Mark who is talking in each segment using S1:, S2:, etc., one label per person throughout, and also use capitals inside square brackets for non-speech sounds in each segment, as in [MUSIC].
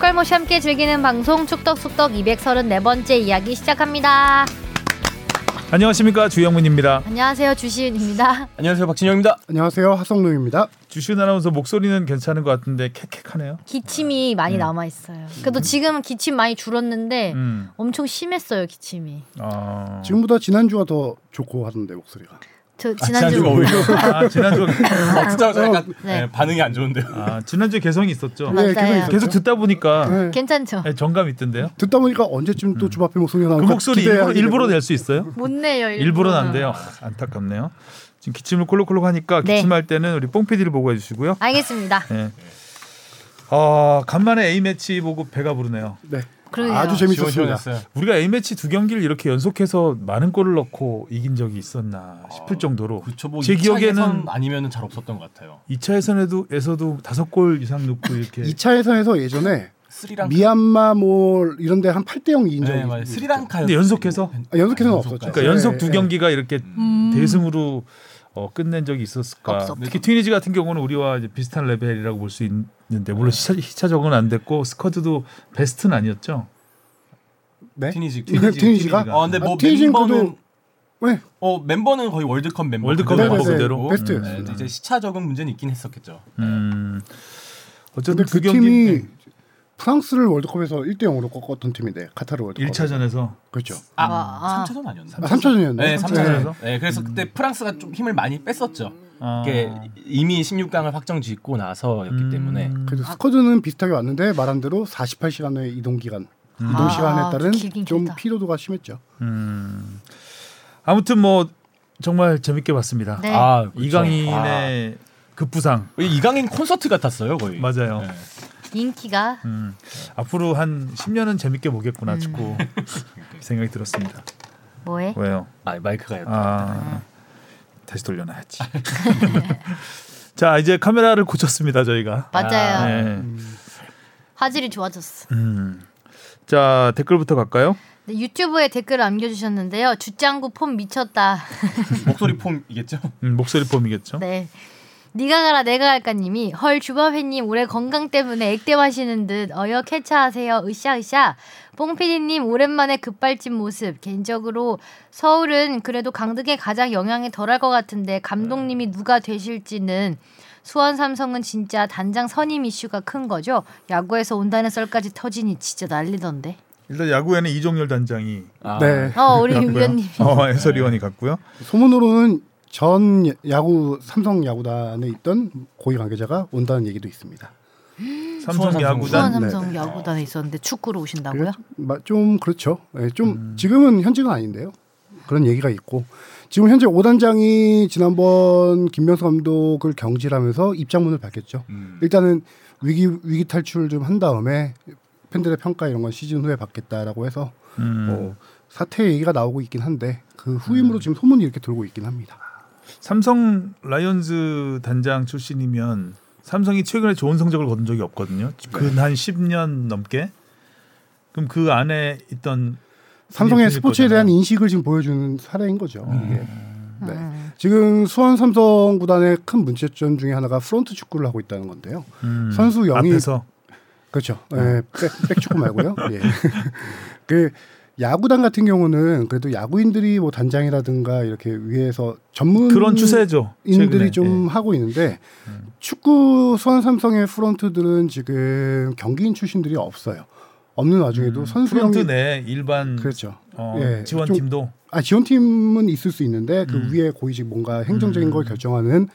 S1: 할모씨 함께 즐기는 방송 축덕숙덕 234번째 이야기 시작합니다.
S2: 안녕하십니까 주영문입니다.
S1: 안녕하세요 주시은입니다.
S3: 안녕하세요 박진영입니다.
S4: 안녕하세요 하성룡입니다.
S2: 주시은 아나운서 목소리는 괜찮은 것 같은데 캑캑하네요.
S1: 기침이 많이 남아 있어요. 그래도 지금은 기침 많이 줄었는데
S2: 음,
S1: 엄청 심했어요 기침이.
S2: 아
S4: 지금보다 지난주가 더 좋고 하던데 목소리가.
S1: 저 지난주
S3: 지난주가
S1: [LAUGHS]
S3: 오히려
S2: 아, 지난주
S3: 어, 진짜 약간
S1: 네.
S3: 예, 반응이 안 좋은데요.
S2: 아, 지난주 에 개성이 있었죠.
S1: 맞아요.
S4: 계속
S2: 계속 듣다 보니까
S4: 네.
S1: 괜찮죠?
S2: 예, 정감 있던데요.
S4: 듣다 보니까 언제쯤 또 주바페 목소리가
S2: 그
S4: 나올까
S2: 목소리 일부러,
S4: 어, 기대하게
S2: 일부러
S4: 되고.
S2: 낼 수 있어요?
S1: 못 내요 일부러.
S2: 일부러는 안 돼요. 아, 안타깝네요. 지금 기침을 콜록콜록 하니까
S1: 네.
S2: 기침할 때는 우리 뽕피디를 보고 해주시고요.
S1: 알겠습니다.
S2: 예. 아 간만에 A 매치 보고 배가 부르네요.
S4: 네.
S1: 그러네요.
S4: 아주 재밌었습니다.
S3: 시원시원했어요.
S2: 우리가 A 매치 두 경기를 이렇게 연속해서 많은 골을 넣고 이긴 적이 있었나
S4: 아,
S2: 싶을 정도로
S3: 그쵸
S4: 그렇죠.
S3: 뭐
S2: 제 기억에는
S3: 아니면 잘 없었던 것 같아요.
S2: 2차 예선에도 에서도 다섯 골 이상 넣고 이렇게
S4: 아, 2차 예선에서 예전에
S1: 네.
S3: 스리랑카.
S4: 미얀마 몰 이런 데 한 8대 0 이긴 적이
S3: 네, 맞아요.
S4: 있-
S3: 스리랑카.
S2: 근데 연속해서?
S4: 아, 연속해서는 없었죠.
S2: 그러니까 연속 두
S4: 예,
S2: 경기가 이렇게 대승으로 어, 끝낸 적이 있었을까?
S1: 없었죠.
S2: 특히 트위니지 같은 경우는 우리와 이제 비슷한 레벨이라고 볼 수 있는데
S4: 네.
S2: 물론 시차, 시차적은 안 됐고 스쿼드도 베스트는 아니었죠.
S4: 예. 네?
S3: 티니지.
S4: 네, 티니지가?
S3: 어 근데 뭐
S4: 아, 티니지는
S3: 멤버는
S4: 그래도- 네.
S3: 어 멤버는 거의 월드컵
S4: 음,
S3: 멤버.
S2: 월드컵
S3: 그대로
S4: 멤버
S3: 하고
S4: 그대로
S3: 있고.
S4: 네, 베스트였어요.
S3: 네, 이제 시차적인 문제는 있긴 했었겠죠.
S2: 음.
S4: 근데
S2: 어쨌든 두
S4: 그
S2: 경기 네,
S4: 팀이 프랑스를 월드컵에서 1대 0으로 꺾었던 팀인데 카타르 월드컵.
S2: 1차전에서
S4: 그렇죠.
S3: 아,
S1: 와, 아.
S3: 3차전 아니었나?
S4: 아, 3차전이었네.
S3: 네, 3차전에서.
S2: 삼차전에서?
S3: 네, 그래서 그때 프랑스가 좀 힘을 많이 뺐었죠.
S2: 아.
S3: 이게
S4: 네.
S3: 이미 16강을 확정 짓고 나서였기
S2: 음.
S3: 때문에
S1: 아.
S4: 그래서 스쿼드는 비슷하게 왔는데 말한 대로 48시간의 이동 기간, 이동 시간에
S1: 아,
S4: 따른
S1: 길긴
S4: 좀
S1: 길다.
S4: 피로도가 심했죠.
S2: 음. 아무튼 뭐 정말 재밌게 봤습니다.
S1: 네.
S3: 아, 그렇죠.
S4: 그렇죠.
S2: 이강인의
S4: 아.
S2: 급부상
S3: 이강인 콘서트 같았어요 거의.
S2: 맞아요.
S3: 네.
S1: 인기가
S2: 음, 앞으로 한 10년은 재밌게 보겠구나
S1: 음. [LAUGHS]
S2: 축구 이 생각이 들었습니다.
S1: 뭐해?
S2: 왜요?
S3: 아 마이크가
S2: 아
S1: [LAUGHS]
S2: 다시 돌려놔야지. 자 이제 카메라를 고쳤습니다 저희가.
S1: 맞아요.
S3: 아,
S2: 네.
S1: 화질이 좋아졌어.
S2: 음. 자 댓글부터 갈까요?
S1: 네, 유튜브에 댓글을 남겨주셨는데요. 주짱구 폼 미쳤다.
S3: 아, 목소리 폼이겠죠?
S2: 음, 목소리 폼이겠죠.
S1: 네. 니가 가라 내가 갈까님이 헐 주바회님 올해 건강 때문에 액땜하시는 듯 어여 캐차하세요 으쌰으쌰 뽕피디님 오랜만에 급발진 모습 개인적으로 서울은 그래도 강등에 가장 영향이 덜할 것 같은데 감독님이 누가 되실지는 수원 삼성은 진짜 단장 선임 이슈가 큰 거죠 야구에서 온다는 썰까지 터지니 진짜 난리던데
S2: 일단 야구에는 이종열 단장이
S3: 아,
S4: 네.
S1: 어
S2: [LAUGHS]
S1: 우리
S2: 갔고요.
S1: 위원님
S2: 어, 해설위원이 갔고요.
S4: 소문으로는 전 야구 삼성 야구단에 있던 고위 관계자가 온다는 얘기도 있습니다.
S3: 삼성.
S2: 삼성
S1: 수원
S2: 야구단
S4: 네,
S1: 삼성 야구단에 있었는데 축구로 오신다고요?
S4: 마- 좀 그렇죠. 예, 좀 지금은 현직은 아닌데요. 그런 얘기가 있고 지금 현재 오 단장이 지난번 김명수 감독을 경질하면서 입장문을 밝혔죠.
S3: 음.
S4: 일단은 위기 위기 탈출 좀 한 다음에 팬들의 평가 이런 건 시즌 후에 받겠다라고 해서
S2: 음.
S4: 뭐 사퇴 얘기가 나오고 있긴 한데 그 후임으로 지금 소문이 이렇게 돌고 있긴 합니다.
S2: 삼성 라이언즈 단장 출신이면 삼성이 최근에 좋은 성적을 거둔 적이 없거든요.
S4: 네.
S2: 근 한 10년 넘게. 그럼 그 안에 있던
S4: 삼성의
S2: 분일
S4: 스포츠에
S2: 거잖아요. 음.
S4: 대한 인식을 지금 보여주는 사례인 거죠. 이게. 네.
S1: 음.
S4: 지금 수원 삼성 구단의 큰 문제점 중에 하나가 프론트 축구를 하고 있다는 건데요.
S2: 음,
S4: 선수 영입
S2: 앞에서
S4: 그렇죠.
S2: 음.
S4: 예, 백, 백축구 말고요. 예. [LAUGHS] 그 야구단 같은 경우는 그래도 야구인들이 뭐 단장이라든가 이렇게 위에서 전문
S2: 그런 추세죠. 최근에. 예. 음.
S4: 인들이 좀 하고 있는데 축구 수원 삼성의 프런트들은 지금 경기인 출신들이 없어요. 없는 와중에도
S2: 예.
S4: 선수
S2: 프론트
S4: 영입
S2: 내 일반
S4: 그렇죠.
S2: 어,
S4: 예, 좀
S2: 지원팀도
S4: 아 지원팀은 있을 수 있는데 그
S2: 음.
S4: 위에 고위직 뭔가 행정적인
S2: 음.
S4: 걸 결정하는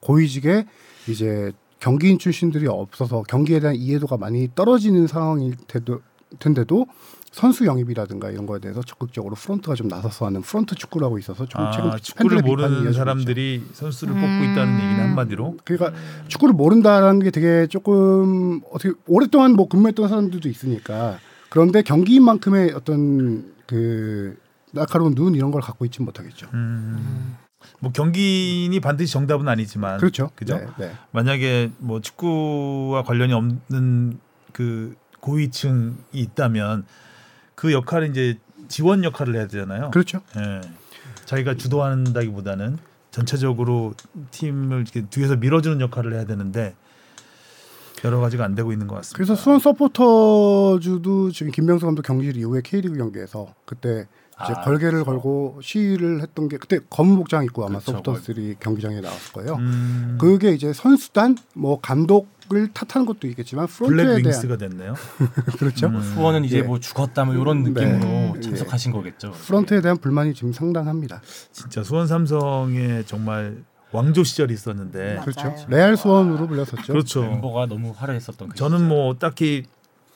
S4: 고위직에 이제 경기인 출신들이 없어서 경기에 대한 이해도가 많이 떨어지는 상황일 테도, 텐데도 선수 영입이라든가 이런 거에 대해서 적극적으로 프론트가 좀 나서서 하는 프론트 축구라고 있어서 조금
S2: 아,
S4: 최근 팬들의
S2: 축구를
S4: 비판이
S2: 모르는
S4: 이어지고
S2: 사람들이 음. 선수를 뽑고
S1: 음.
S2: 있다는 얘기는 한마디로.
S4: 있죠. 그러니까 축구를 모른다라는 게 되게 조금 어떻게 오랫동안 뭐 근무했던 사람들도 있으니까 그런데 경기인만큼의 어떤 그 날카로운 눈 이런 걸 갖고 있지 못하겠죠.
S2: 음. 뭐 경기인이 반드시 정답은 아니지만
S4: 그렇죠.
S2: 그죠?
S4: 네, 네.
S2: 만약에 뭐 축구와 관련이 없는 그 고위층이 있다면 그 역할은 이제 지원 역할을 해야 되잖아요.
S4: 그렇죠.
S2: 예. 자기가 주도한다기보다는 전체적으로 팀을 이렇게 뒤에서 밀어주는 역할을 해야 되는데 여러 가지가 안 되고 있는 것 같습니다.
S4: 그래서 수원 서포터즈도 지금 김명수 감독 경질 이후에 K리그 경기에서 그때 이제
S3: 아,
S4: 걸개를
S3: 그래서.
S2: 그렇죠.
S4: 걸고 시위를 했던 게 그때 검은 복장 입고 아마
S3: 그쵸,
S4: 서포터들이 경기장에 나왔을 거예요.
S2: 음,
S4: 그게 이제 선수단 뭐 감독을 탓하는 것도 있겠지만
S2: 블랙
S4: 프론트에 대한
S2: 윙스가 됐네요.
S4: [LAUGHS] 그렇죠.
S2: 음.
S3: 수원은 이제
S4: 예.
S3: 뭐 죽었다 뭐 이런
S4: 네.
S3: 느낌으로
S4: 예.
S3: 참석하신 거겠죠.
S4: 프런트에 대한 불만이 지금 상당합니다.
S2: 진짜 수원 삼성에 정말 왕조 시절이 있었는데
S1: 맞아요.
S4: 그렇죠. 레알 수원으로 불렸었죠.
S2: 그렇죠.
S3: 멤버가 너무 화려했었던 그
S2: 저는 뭐 딱히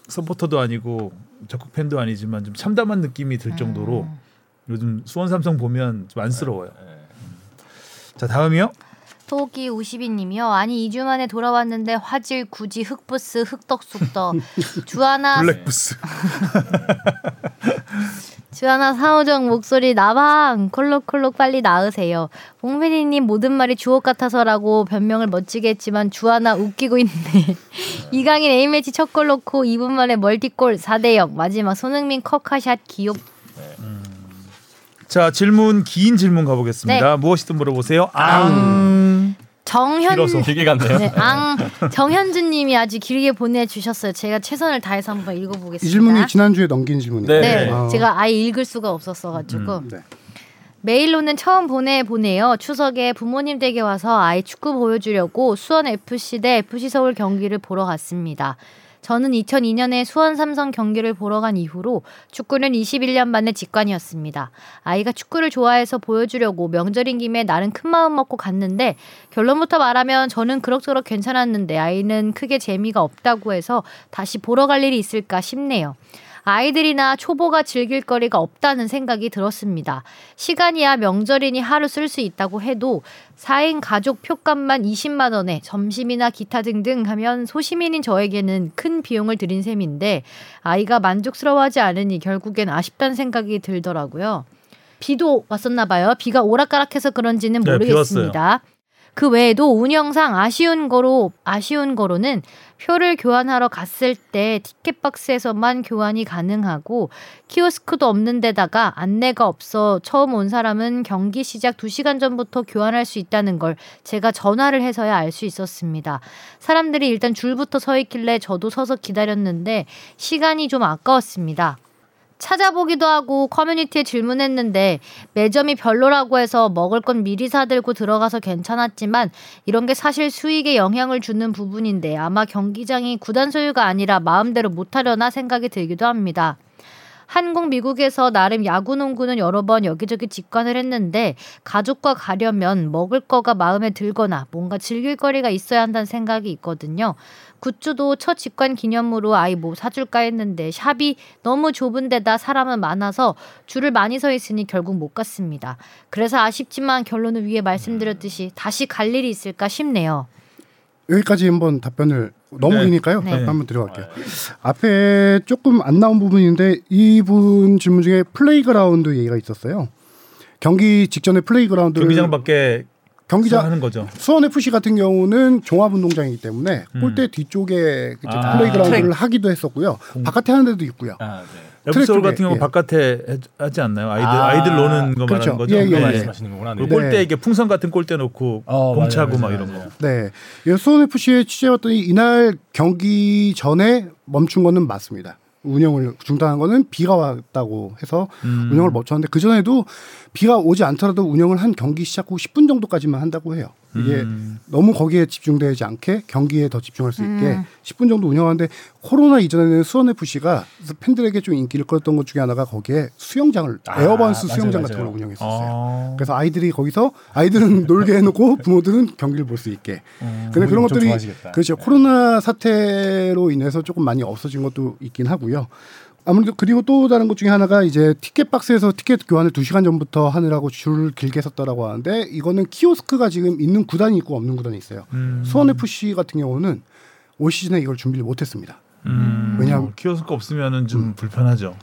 S2: 서포터도 아니고 적극 팬도 아니지만 좀 참담한 느낌이 들 정도로 요즘 수원 삼성 보면 좀 안쓰러워요.
S4: 네,
S3: 시절. 예.
S2: 자 다음이요.
S1: 토끼 우시비님이요. 아니 2주 만에 돌아왔는데 화질 굳이 흑부스
S2: [LAUGHS]
S1: 흑덕숙덕 주하나
S2: 블랙부스.
S1: 주하나 사오정 목소리 나방 콜록콜록 빨리 나으세요. 봉민이님 모든 말이 주옥 같아서라고 변명을 멋지게 했지만 주하나 웃기고 있네. [LAUGHS] 이강인 A매치 첫 골 넣고 2분 만에 멀티골 4대0 마지막 손흥민 컵카샷 기록
S2: 자 질문 긴 질문 가보겠습니다. 무엇이든 물어보세요. 앙.
S1: 정현
S2: 길어서.
S3: 되게 갔네요.
S1: 네, 앙 정현주님이 아주 길게 보내주셨어요. 제가 최선을 다해서 한번 읽어보겠습니다.
S4: 이 질문이 지난주에 넘긴 질문이에요.
S1: 네,
S2: 네.
S1: 제가 아예 읽을 수가 없었어가지고
S4: 어. 네.
S1: 메일로는 처음 보내 보내요. 추석에 부모님 댁에 와서 아이 축구 보여주려고 수원 FC 대 FC 서울 경기를 보러 갔습니다. 저는 2002년에 수원 삼성 경기를 보러 간 이후로 축구는 21년 만에 직관이었습니다. 아이가 축구를 좋아해서 보여주려고 명절인 김에 나름 큰 마음 먹고 갔는데 결론부터 말하면 저는 그럭저럭 괜찮았는데 아이는 크게 재미가 없다고 해서 다시 보러 갈 일이 있을까 싶네요. 아이들이나 초보가 즐길 거리가 없다는 생각이 들었습니다. 시간이야 명절이니 하루 쓸 수 있다고 해도 4인 가족 표값만 20만 원에 점심이나 기타 등등 하면 소시민인 저에게는 큰 비용을 들인 셈인데 아이가 만족스러워하지 않으니 결국엔 아쉽다는 생각이 들더라고요. 비도 왔었나 봐요. 비가 오락가락해서 그런지는
S2: 네, 비 왔어요.
S1: 모르겠습니다. 그 외에도 운영상 아쉬운 거로 아쉬운 거로는 표를 교환하러 갔을 때 티켓 박스에서만 교환이 가능하고 키오스크도 없는 데다가 안내가 없어 처음 온 사람은 경기 시작 2시간 전부터 교환할 수 있다는 걸 제가 전화를 해서야 알 수 있었습니다. 사람들이 일단 줄부터 서 있길래 저도 서서 기다렸는데 시간이 좀 아까웠습니다. 찾아보기도 하고 커뮤니티에 질문했는데 매점이 별로라고 해서 먹을 건 미리 사들고 들어가서 괜찮았지만 이런 게 사실 수익에 영향을 주는 부분인데 아마 경기장이 구단 소유가 아니라 마음대로 못하려나 생각이 들기도 합니다. 한국 미국에서 나름 야구 농구는 여러 번 여기저기 직관을 했는데 가족과 가려면 먹을 거가 마음에 들거나 뭔가 즐길 거리가 있어야 한다는 생각이 있거든요. 굿즈도 첫 직관 기념으로 아이 뭐 사줄까 했는데 샵이 너무 좁은 데다 사람은 많아서 줄을 많이 서 있으니 결국 못 갔습니다. 그래서 아쉽지만 결론은 위에 말씀드렸듯이 다시 갈 일이 있을까 싶네요.
S4: 여기까지 한번 답변을 너무
S2: 네.
S4: 기니까요.
S1: 네.
S4: 답변 한번
S3: 아,
S4: 들어갈게요. 앞에 조금 안 나온 부분인데 이분 질문 중에 플레이그라운드 얘기가 있었어요. 경기 직전에 플레이그라운드를
S2: 경기장 밖에
S4: 경기장
S2: 하는 거죠.
S4: 수원 FC 같은 경우는 종합운동장이기 때문에 골대 뒤쪽에 이제
S3: 아,
S4: 플레이그라운드를
S3: 트랙.
S4: 하기도 했었고요. 바깥에 하는 데도 있고요.
S3: 아, 네.
S2: FC 서울
S4: 트랙
S2: 같은 경우
S4: 쪽에, 예.
S2: 바깥에 해- 하지 않나요? 아이들
S3: 아,
S2: 아, 이들 노는 거
S4: 그렇죠.
S2: 말하는 거죠.
S4: 예, 예,
S3: 그거
S4: 예.
S3: 말씀하시는 거구나. 네.
S2: 그리고 골대에 이게 풍선 같은 골대 놓고
S3: 어,
S2: 공차고
S3: 맞아요,
S2: 막
S3: 맞아요,
S2: 이런 거.
S3: 맞아요.
S4: 네, 예, 수원 FC에 취재해봤더니 이날 경기 전에 멈춘 거는 맞습니다. 운영을 중단한 거는 비가 왔다고 해서
S2: 음.
S4: 운영을 멈췄는데 그 전에도 비가 오지 않더라도 운영을 한 경기 시작 후 10분 정도까지만 한다고 해요. 이게
S3: 음.
S4: 너무 거기에 집중되지 않게 경기에 더 집중할 수 있게 10분 정도 운영하는데 코로나 이전에는 수원 FC가 팬들에게 좀 인기를 끌었던 것 중에 하나가 거기에 수영장을
S3: 아,
S4: 에어반스
S3: 맞아요,
S4: 수영장
S3: 맞아요.
S4: 같은 걸 운영했었어요.
S2: 아.
S4: 그래서 아이들이 거기서 아이들은 [LAUGHS] 놀게 해놓고 부모들은 경기를 볼 수 있게. 근데 그런
S3: 부모님 음, 좀
S4: 것들이
S3: 좋아하시겠다.
S4: 그렇죠 코로나 사태로 인해서 조금 많이 없어진 것도 있긴 하고요. 아무래도 그리고 또 다른 것 중에 하나가 이제 티켓 박스에서 티켓 교환을 2 시간 전부터 하느라고 줄 길게 섰다라고 하는데 이거는 키오스크가 지금 있는 구단이 있고 없는 구단이 있어요.
S2: 음.
S4: 수원 FC 같은 경우는 올 시즌에 이걸 준비를 못했습니다.
S2: 음.
S4: 왜냐면- 음.
S2: 어, 키오스크 없으면은 좀 불편하죠.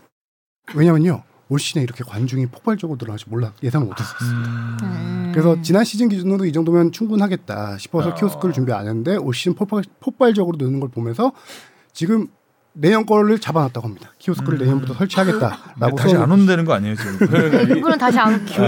S4: 왜냐면요 올 시즌에 이렇게 관중이 폭발적으로 늘어날 줄 몰라 예상을 못했어요.
S2: 음.
S4: 그래서 지난 시즌 기준으로 이 정도면 충분하겠다 싶어서
S3: 어.
S4: 키오스크를 준비 안 했는데 올 시즌 폭발, 적으로 느는 걸 보면서 지금 내년 거를 잡아놨다고 합니다. 키오스크를 내년부터
S2: 네,
S4: 설치하겠다라고
S2: 다시
S4: 써놓-
S2: 안 온다는 거 아니에요 지금? 네.
S1: 네, 그분은 다시 안 올게요.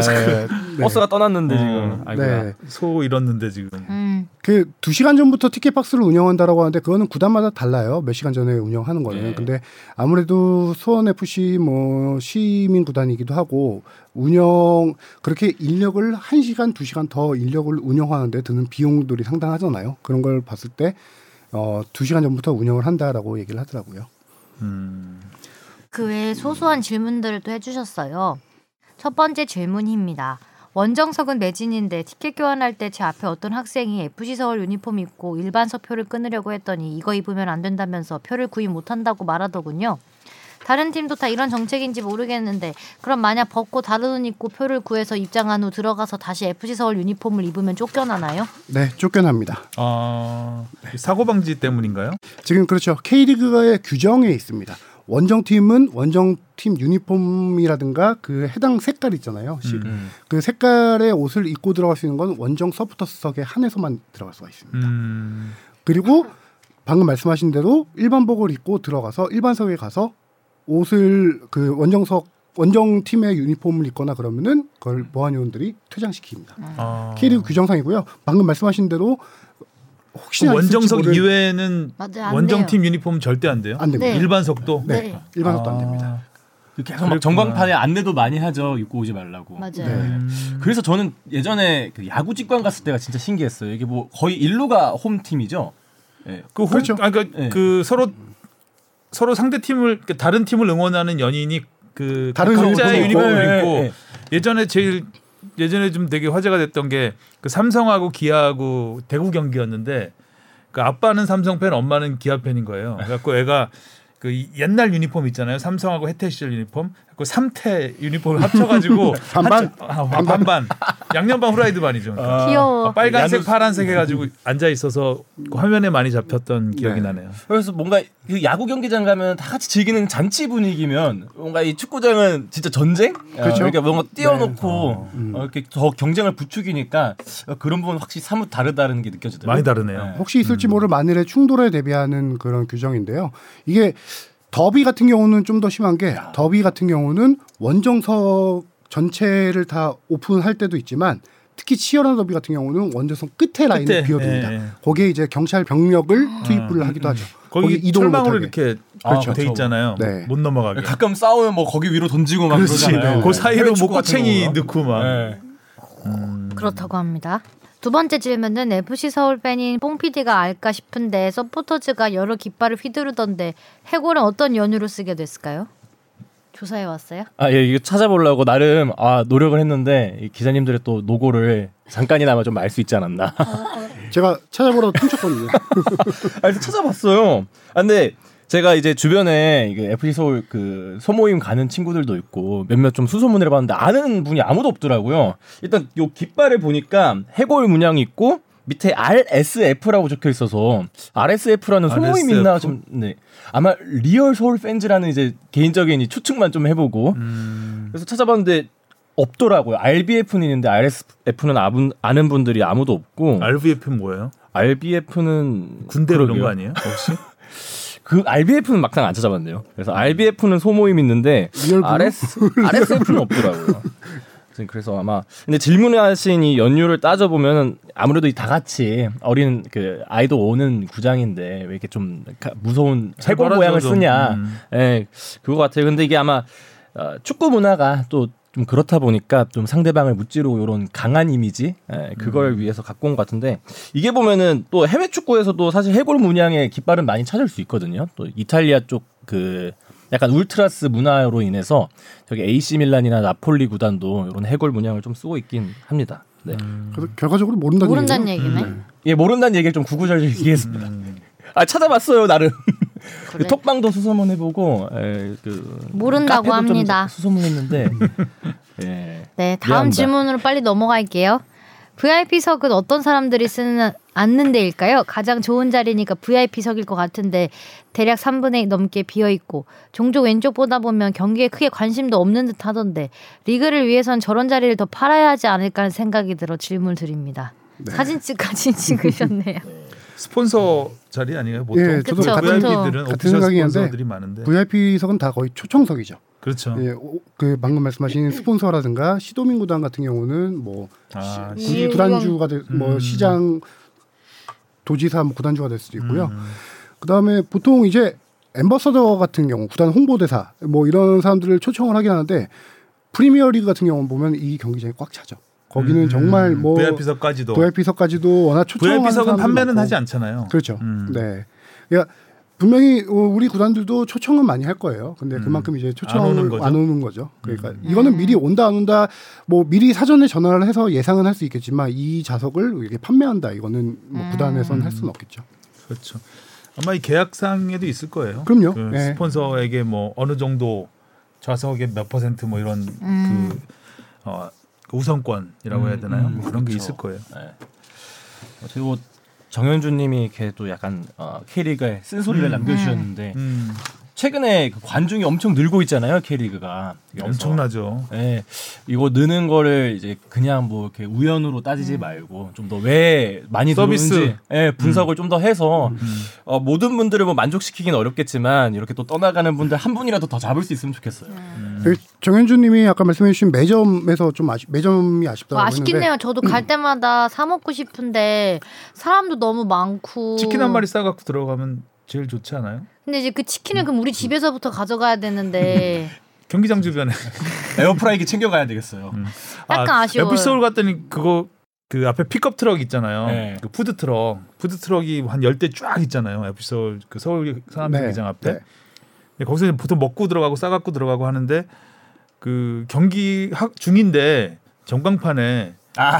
S3: 버스가 떠났는데 지금. 아이고야.
S4: 네.
S2: 어, 소 잃었는데 지금.
S1: 음. 음.
S4: 그 두시간 전부터 티켓 박스를 운영한다라고 하는데 그거는 구단마다 달라요. 몇 시간 전에 운영하는 거는.
S3: 네.
S4: 근데 아무래도 수원 FC 뭐 시민 구단이기도 하고 운영 그렇게 인력을 한시간두시간더 인력을 운영하는데 드는 비용들이 상당하잖아요. 그런 걸 봤을 때 어, 두시간 전부터 운영을 한다라고 얘기를 하더라고요.
S1: 그 외에 소소한 질문들을 또 해주셨어요. 첫 번째 질문입니다. 원정석은 매진인데 티켓 교환할 때 제 앞에 어떤 학생이 FC 서울 유니폼 입고 일반 서표를 끊으려고 했더니 이거 입으면 안 된다면서 표를 구입 못한다고 말하더군요. 다른 팀도 다 이런 정책인지 모르겠는데 그럼 만약 벗고 다른 옷 입고 표를 구해서 입장한 후 들어가서 다시 FC 서울 유니폼을 입으면 쫓겨나나요?
S4: 네, 쫓겨납니다.
S2: 아 사고 방지 때문인가요?
S4: 지금 그렇죠. K리그의 규정에 있습니다. 원정팀은 원정팀 유니폼이라든가 그 해당 색깔 있잖아요. 시-
S3: 음.
S4: 그 색깔의 옷을 입고 들어갈 수 있는 건 원정 서포터스석에 한해서만 들어갈 수가 있습니다.
S2: 음,
S4: 그리고 방금 말씀하신 대로 일반복을 입고 들어가서 일반석에 가서 옷을 그 원정석 원정팀의 유니폼을 입거나 그러면은 그걸 보안 요원들이 퇴장시킵니다.
S2: 아.
S4: K리그 규정상이고요. 방금 말씀하신 대로
S2: 그럼
S4: 혹시나 있을지
S2: 원정석
S4: 모를-
S2: 이외에는
S1: 맞아요. 안
S2: 원정팀 유니폼 절대 안 돼요.
S4: 안 됩니다.
S1: 네.
S2: 일반석도
S1: 네.
S4: 일반석도 안
S2: 아.
S4: 됩니다.
S3: 그 계속 막 전광판에 안내도 많이 하죠. 입고 오지 말라고.
S1: 맞아요.
S4: 네.
S3: 그래서 저는 예전에 그 야구 직관 갔을 때가 진짜 신기했어요. 이게 뭐 거의 일루가 홈팀이죠. 예.
S2: 그 홈,
S4: 그렇죠.
S2: 아니, 그러니까
S3: 네.
S2: 그 서로 서로 상대 팀을 그러니까 다른 팀을 응원하는 연인이 그
S4: 다른
S2: 각자의
S4: 유니폼을 예,
S3: 입고.
S2: 유니폼을 입고
S3: 네, 네,
S2: 예전에 제일 예전에 좀 되게 화제가 됐던 게 그 삼성하고 기아하고 대구 경기였는데 그 아빠는 삼성 팬, 엄마는 기아 팬인 거예요. 그래갖고 애가 그 이- 옛날 유니폼 있잖아요. 삼성하고 해태 시절 유니폼. 그 삼태 유니폼을 합쳐가지고
S4: [LAUGHS] 반반?
S2: 아, 반반 양념반 후라이드 반이죠. 그러니까.
S1: 아,
S4: 어.
S1: 귀여워.
S2: 빨간색
S3: 야누스-
S2: 파란색 해가지고 [LAUGHS] 앉아 있어서 그 화면에 많이 잡혔던 기억이
S4: 네.
S2: 나네요.
S3: 그래서 뭔가 그 야구 경기장 가면 다 같이 즐기는 잔치 분위기면 뭔가 이 축구장은 진짜 전쟁?
S4: 그렇죠.
S3: 러니까 뭔가 띄워놓고
S4: 네. 음.
S3: 어, 이렇게 더 경쟁을 부추기니까 그런 부분 확실히 사뭇 다르다는 게 느껴지더라고요.
S2: 많이 다르네요.
S3: 네.
S4: 혹시 있을지
S2: 음.
S4: 모를 만일의 충돌에 대비하는 그런 규정인데요. 이게 더비 같은 경우는 좀 더 심한 게 더비 같은 경우는 원정석 전체를 다 오픈할 때도 있지만 특히 치열한 더비 같은 경우는 원정석 끝에 라인을
S2: 끝에,
S4: 비워둡니다.
S2: 예, 예.
S4: 거기에 이제 경찰 병력을 투입을 하기도 하죠.
S2: 거기
S4: 이동을
S2: 철망으로
S4: 못하게.
S2: 이렇게
S3: 아, 그렇죠.
S2: 돼 있잖아요.
S4: 네.
S2: 못 넘어가게.
S3: 가끔 싸우면 뭐 거기 위로 던지고 막
S2: 그렇지.
S3: 그러잖아요. 네.
S2: 그 사이로
S3: 축구 같은
S2: 목고챙이
S3: 거구나.
S2: 넣고 막.
S3: 네.
S1: 그렇다고 합니다. 두 번째 질문은 FC 서울 팬인 뽕피디가 알까 싶은데 서포터즈가 여러 깃발을 휘두르던데 해골은 어떤 연유로 쓰게 됐을까요? 조사해 왔어요.
S5: 아, 예, 이거 찾아보려고 나름 아, 노력을 했는데 이 기자님들의 또 노고를 잠깐이나마 좀 알 수 있지 않았나.
S4: 제가 찾아보라고
S2: [LAUGHS]
S4: 훔쳤거든요.
S5: 아, 그래서 찾아봤어요. 아, 근데 제가 이제 주변에 이게 FC 서울 그 소모임 가는 친구들도 있고 몇몇 좀 수소문을 해봤는데 아는 분이 아무도 없더라고요. 일단 요 깃발을 보니까 해골 문양이 있고 밑에 RSF라고 적혀 있어서 RSF라는 소모임이 있나
S2: RSF?
S5: 좀 네. 아마 리얼 서울 팬즈라는 이제 개인적인 이 추측만 좀 해보고
S2: 음.
S5: 그래서 찾아봤는데 없더라고요. RBF는 있는데 RSF는 아분, 아는 분들이 아무도 없고
S2: RVF 는 뭐예요?
S5: RBF는
S2: 군대 그런
S5: 그러게요.
S2: 거 아니에요? 혹시?
S5: 그 RBF는 막상 안 찾아봤네요.
S2: 음.
S5: 그래서 RBF는 소모임 있는데
S4: 리얼 블루?
S2: [LAUGHS]
S5: RS, RSF는 없더라고요. 아무튼 그래서 아마 근데 질문하신 이 연유를 따져보면 아무래도 이 다 같이 어린 그 아이도 오는 구장인데 왜 이렇게 좀 가- 무서운 해골
S2: 살벌하죠,
S5: 모양을
S2: 좀.
S5: 쓰냐
S2: 음.
S5: 예, 그거 같아요. 근데 이게 아마 어, 축구 문화가 또 좀 그렇다 보니까 좀 상대방을 무찌르고 이런 강한 이미지 예, 그걸 위해서 갖고 온 것 같은데 이게 보면은 또 해외 축구에서도 사실 해골 문양의 깃발은 많이 찾을 수 있거든요. 또 이탈리아 쪽 그 약간 울트라스 문화로 인해서 저기 AC 밀란이나 나폴리 구단도 이런 해골 문양을 좀 쓰고 있긴 합니다. 네.
S4: 그래서 결과적으로 모른다는,
S1: 모른다는
S4: 얘기예요.
S1: 얘기네.
S5: 예, 모른다는 얘기를 좀 구구절절 얘기했습니다. 아 찾아봤어요 나름
S1: 그래.
S5: [LAUGHS] 톡방도 수소문해보고 에, 그
S1: 모른다고
S5: 카페도 좀
S1: 합니다.
S5: 수소문했는데 [LAUGHS] 예.
S1: 네, 다음
S5: 미안합니다.
S1: 질문으로 빨리 넘어갈게요. VIP석은 어떤 사람들이 쓰는 앉는 데일까요? 가장 좋은 자리니까 VIP석일 것 같은데 대략 3분의 1 넘게 비어 있고 종종 왼쪽 보다 보면 경기에 크게 관심도 없는 듯 하던데 리그를 위해선 저런 자리를 더 팔아야 하지 않을까 하는 생각이 들어 질문 드립니다. 사진 [LAUGHS] 찍 사진 찍으셨네요.
S2: [LAUGHS] 스폰서 자리 아니에요? 보통.
S4: 예, 저도
S1: 그쵸,
S2: v
S1: 같은-
S2: i p 들은
S4: 같은
S2: 오피셜
S4: 생각이었는데
S2: 스폰서들이
S4: 네.
S2: 많은데.
S4: VIP석은 다 거의 초청석이죠.
S2: 그렇죠.
S4: 예, 오- 그 방금 말씀하신 스폰서라든가 시도민구단 같은 경우는 뭐
S2: 아,
S4: 구단주가 될- 뭐
S2: 음.
S4: 시장 도지사 뭐 구단주가 될 수도 있고요. 그다음에 보통 이제 엠버서더 같은 경우 구단 홍보대사 뭐 이런 사람들을 초청을 하긴 하는데 프리미어리그 같은 경우 보면 이 경기장이 꽉 차죠. 거기는
S2: 음.
S4: 정말 뭐
S2: VIP석까지도
S4: VIP석까지도 워낙 초청하는
S2: VIP석은
S4: 사람들이
S2: 판매는
S4: 많고.
S2: 하지 않잖아요.
S4: 그렇죠.
S2: 음.
S4: 네. 그러니까 분명히 어, 우리 구단들도 초청은 많이 할 거예요. 근데 그만큼 이제
S2: 음.
S4: 초청을
S2: 안 오는 거죠? 음.
S4: 안 오는 거죠. 그러니까
S1: 네.
S4: 이거는 미리 온다 안 온다 뭐 미리 사전에 전화를 해서 예상은 할 수 있겠지만 이 자석을 이렇게 판매한다 이거는 뭐
S1: 음.
S4: 구단에서는 할 수는 없겠죠.
S2: 그렇죠. 아마 이 계약상에도 있을 거예요.
S4: 그럼요.
S2: 그
S4: 예.
S2: 스폰서에게 뭐 어느 정도 좌석의 몇 퍼센트 뭐 이런
S4: 음.
S2: 그, 어, 그 우선권이라고 해야 되나요? 뭐
S3: 음,
S2: 그런 게
S3: 그렇죠.
S2: 있을 거예요.
S5: 그리고 정현주님이 이렇게 또 약간 어, K리그에
S3: 쓴소리를 남겨주셨는데
S2: 음,
S5: 최근에 그 관중이 엄청 늘고 있잖아요 K리그가 그래서
S2: 엄청나죠.
S5: 예, 이거 느는 거를 이제 그냥 뭐 이렇게 우연으로 따지지
S1: 음.
S5: 말고 좀 더 왜 많이
S2: 서비스. 음.
S5: 들어오는지 예, 분석을 좀 더 해서 어, 모든 분들을 뭐 만족시키긴 어렵겠지만 이렇게 또 떠나가는 분들 한 분이라도 더 잡을 수 있으면 좋겠어요.
S1: 음.
S2: 음.
S4: 여기 그 정현주님이 아까 말씀해주신 매점에서 좀 아쉽 매점이 아쉽다고
S1: 아, 아쉽긴
S4: 했는데
S1: 해요. 저도 갈 때마다 사 먹고 싶은데 사람도 너무 많고.
S2: 치킨 한 마리 싸갖고 들어가면 제일 좋지 않아요?
S1: 근데 이제 그 치킨을 그럼 우리 집에서부터 가져가야 되는데
S2: 경기장 주변에
S3: 에어프라이기 챙겨가야 되겠어요.
S2: 음.
S1: 약간 아쉬워요.
S2: FC 서울 갔더니 그거 그 앞에 픽업 트럭 있잖아요.
S5: 네.
S2: 그 푸드 트럭, 푸드 트럭이 한 열 대 쫙 있잖아요. FC 서울 그 서울 산업경기장
S4: 네,
S2: 앞에.
S4: 네.
S2: 근데 거기서 이제 보통 먹고 들어가고 싸갖고 들어가고 하는데 그 경기 학 중인데 전광판에
S3: 아,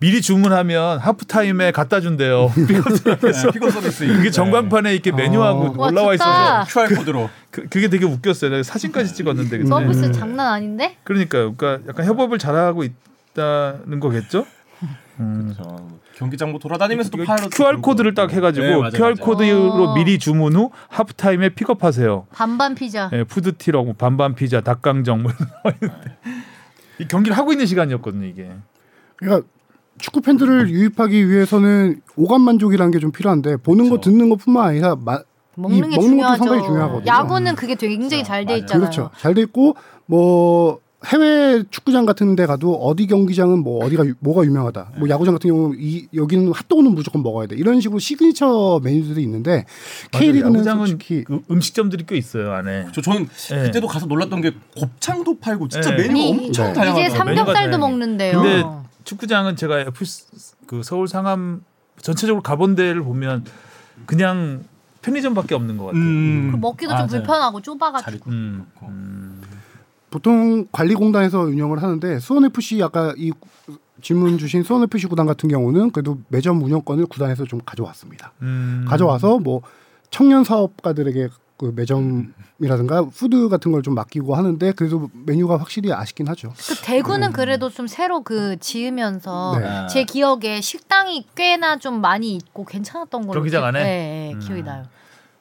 S2: 미리 주문하면 하프 타임에 갖다 준대요. [LAUGHS] 픽업
S5: 네,
S2: 트럭에서.
S3: 피고 서비스.
S2: [LAUGHS] 그게 전광판에 이렇게 메뉴하고
S1: 아. 와,
S2: 아, 올라와
S1: 좋다.
S2: 있어서
S3: QR 코드로.
S2: 그, 그게 되게 웃겼어요. 내가 사진까지 찍었는데 그때.
S1: 음. 서비스 네. 장난 아닌데?
S2: 그러니까요. 그러니까 약간 협업을 잘하고 있다는 거겠죠?
S5: 그래서
S3: 경기장 뭐 돌아다니면서 또 파일럿
S2: QR 코드를 음. 그 딱 해가지고
S3: 네, 맞아요,
S2: QR 코드로
S1: 어.
S2: 미리 주문 후 하프 타임에 픽업하세요.
S1: 반반 피자.
S2: 예, 푸드 티럭, 뭐 반반 피자, 닭강정 뭐 이런 거 있는데 이 경기를 하고 있는 시간이었거든요 이게.
S4: 그러니까 축구
S2: 음.
S4: 팬들을 유입하기 위해서는 오감 만족이라는 게 좀 필요한데 보는
S2: 그렇죠.
S4: 거 듣는 것뿐만 아니라 마-
S1: 먹는
S4: 이
S1: 게
S4: 먹는 것도
S1: 중요하죠.
S4: 상당히 중요하거든요.
S1: 야구는 그게 되게 굉장히 잘 돼
S3: 맞아요.
S1: 있잖아요.
S4: 그렇죠. 잘 돼 있고 뭐 해외 축구장 같은 데 가도 어디 경기장은 뭐 어디가 유- 뭐가 유명하다. 뭐
S2: 네.
S4: 야구장 같은 경우 이 여기는 핫도그는 무조건 먹어야 돼. 이런 식으로 시그니처 메뉴들이 있는데 K리그는
S2: 야구장은
S4: 솔직히
S2: 그 음식점들이 꽤 있어요 안에.
S3: 저 저는
S2: 예.
S3: 그때도 가서 놀랐던 게 곱창도 팔고 진짜
S2: 예.
S3: 메뉴가
S1: 아니,
S3: 엄청
S4: 네.
S3: 다양하더라고요.
S1: 이제 삼겹살도
S2: 메뉴가
S1: 먹는데요.
S2: 근데 축구장은 제가 FC 그 서울 상암 전체적으로 가본 데를 보면 그냥 편의점밖에 없는 것 같아요.
S1: 그리고
S3: 음.
S1: 먹기도
S3: 아,
S1: 좀
S3: 맞아요.
S1: 불편하고 좁아가지고.
S3: 자리
S2: 음.
S3: 그렇고.
S4: 보통 관리공단에서 운영을 하는데 수원 FC 아까 이 질문 주신 수원 FC 구단 같은 경우는 그래도 매점 운영권을 구단에서 좀 가져왔습니다.
S2: 음.
S4: 가져와서 뭐 청년 사업가들에게 그 매점이라든가 푸드 같은 걸 좀 맡기고 하는데 그래도 메뉴가 확실히 아쉽긴 하죠.
S1: 그 대구는 그래도 좀 새로 그 지으면서
S4: 네.
S5: 아,
S1: 제 기억에 식당이 꽤나 좀 많이 있고 괜찮았던 걸로
S2: 경기장
S1: 기-
S2: 안에?
S1: 네, 네, 기억이 나요.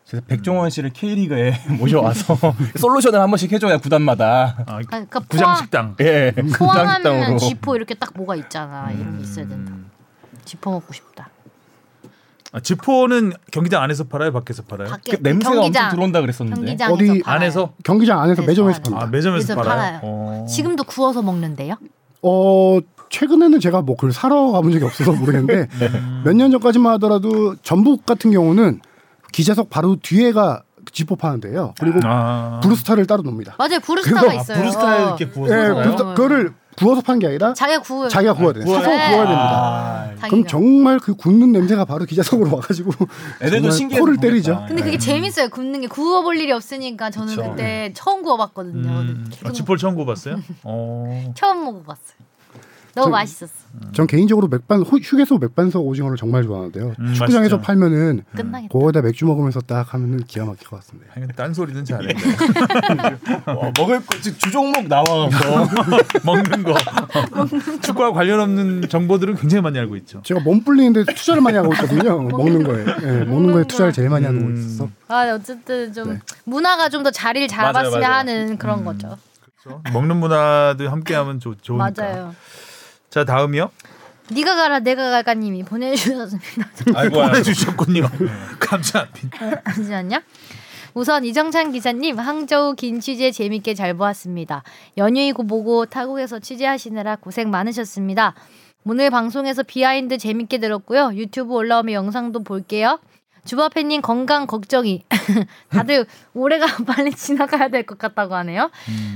S5: 그래서 백종원 씨를 K리그에
S3: 음.
S5: 모셔와서 [LAUGHS] 솔루션을 한 번씩 해줘야 구단마다
S2: 아,
S1: 아니, 그러니까
S2: 구장
S1: 포항-
S2: 식당.
S5: 예
S1: 포항하면
S5: 땅땅으로.
S1: 지포 이렇게 딱 뭐가 있잖아. 이런 게 있어야 된다. 지포 먹고 싶다.
S2: 아, 지포는 경기장 안에서 팔아요, 밖에서 팔아요?
S1: 밖에
S5: 그 냄새가
S1: 경기장,
S5: 엄청 들어온다 그랬었는데
S1: 경기장에서
S4: 어디
S1: 팔아요.
S2: 네. 안에서
S4: 경기장 안에서
S1: 네,
S4: 매점에서
S1: 좋아요.
S4: 팝니다.
S2: 아
S1: 그래서
S2: 매점에서 팔아요.
S1: 팔아요.
S2: 어.
S1: 지금도 구워서 먹는데요.
S4: 어 최근에는 제가 뭐 그걸 사러 가본 적이 없어서 모르겠는데 몇 년 전까지만 하더라도 전북 같은 경우는 기자석 바로 뒤에가 지포 파는데요. 그리고
S2: 아.
S4: 브루스타를 따로 놉니다.
S1: 맞아요. 부르스타가 있어요.
S2: 브루스타를 이렇게 구워서
S4: 예,
S2: 먹어요?
S4: 브루스타 그거를 구워서 파는 게 아니라
S1: 자기가 구워요.
S4: 자기가 구워야 돼. 사서
S1: 구워요? 네.
S4: 구워야 됩니다.
S3: 아,
S1: 자기가.
S4: 그럼 정말 그 굽는 냄새가 바로 기자석으로 와가지고
S3: 애들도
S4: 정말
S3: 신기해서
S4: 코를
S3: 먹겠다.
S4: 때리죠.
S1: 근데
S2: 네.
S1: 그게 재밌어요. 굽는 게 구워볼 일이 없으니까 저는
S3: 그쵸.
S1: 그때 처음 구워봤거든요.
S2: 음.
S1: 지금
S2: 아, 지포를 처음 구워봤어요? 어.
S1: 처음 먹어봤어요. 너무
S4: 저-
S1: 맛있었어.
S4: 전 개인적으로 맥반 호- 휴게소 맥반석 오징어를 정말 좋아하는데요.
S2: 음,
S4: 축구장에서
S2: 맛있죠.
S4: 팔면은
S2: 네.
S1: 끝나겠다.
S4: 그거에다 맥주 먹으면서 딱 하면은 기가 막힐 것 같습니다.
S2: 아니, 딴 소리는 잘해.
S3: 어, 먹을 거 지금 주종목 [LAUGHS] 나와서
S2: [LAUGHS]
S1: [LAUGHS]
S2: 먹는 거. 축구와 관련 없는 정보들은 굉장히 많이 알고 있죠.
S4: 제가 몸 불리는데 투자를 많이 하고 있거든요. [LAUGHS] 먹는 거에 예, 먹는 거에
S1: 거야.
S4: 투자를 제일 많이 하고
S3: 음.
S4: 있어서
S1: 아, 어쨌든 좀
S4: 네.
S1: 문화가 좀 더 자리를
S2: 맞아요,
S1: 잡았으면
S2: 맞아요.
S1: 하는 그런 거죠.
S2: 그렇죠? 먹는 문화도 함께하면 좋, 좋으니까.
S1: 맞아요.
S2: 자 다음이요.
S1: 네가 가라 내가 갈까님이 보내주셨습니다.
S5: 아이고
S2: 보내주셨군요. 감사.
S1: 잠시만요. 우선 이정찬 기자님 항저우 긴 취재 재밌게 잘 보았습니다. 연휴이고 뭐고 타국에서 취재하시느라 고생 많으셨습니다. 오늘 방송에서 비하인드 재밌게 들었고요. 유튜브 올라오면 영상도 볼게요. 주바페님 건강 걱정이 [LAUGHS] 다들 올해가 [LAUGHS] 빨리 지나가야 될 것 같다고 하네요.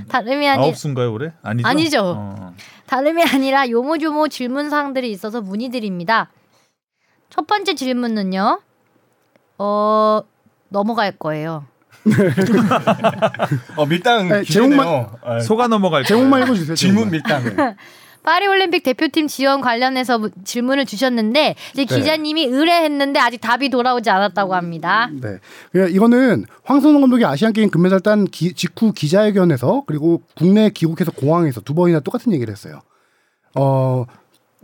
S1: 다름이 아니
S2: 아홉 수인가요 올해? 아니죠.
S1: 아니죠.
S2: 어.
S1: 다름이 아니라 요모조모 질문사항들이 있어서 문의드립니다. 첫 번째 질문은요. 어 넘어갈 거예요.
S3: 어 밀당
S4: 네,
S3: 기네요. 아,
S2: 속아 넘어갈
S4: 제목만
S2: 거예요.
S4: 읽어주세요.
S3: 질문
S4: 제목만.
S3: 밀당.
S1: 파리올림픽 대표팀 지원 관련해서 무- 질문을 주셨는데 이제
S2: 네.
S1: 기자님이 의뢰했는데 아직 답이 돌아오지 않았다고 합니다.
S4: 네. 그냥 이거는 황선홍 감독이 아시안 게임 금메달 딴 기- 직후 기자회견에서 그리고 국내에 귀국해서 공항에서 두 번이나 똑같은 얘기를 했어요. 어,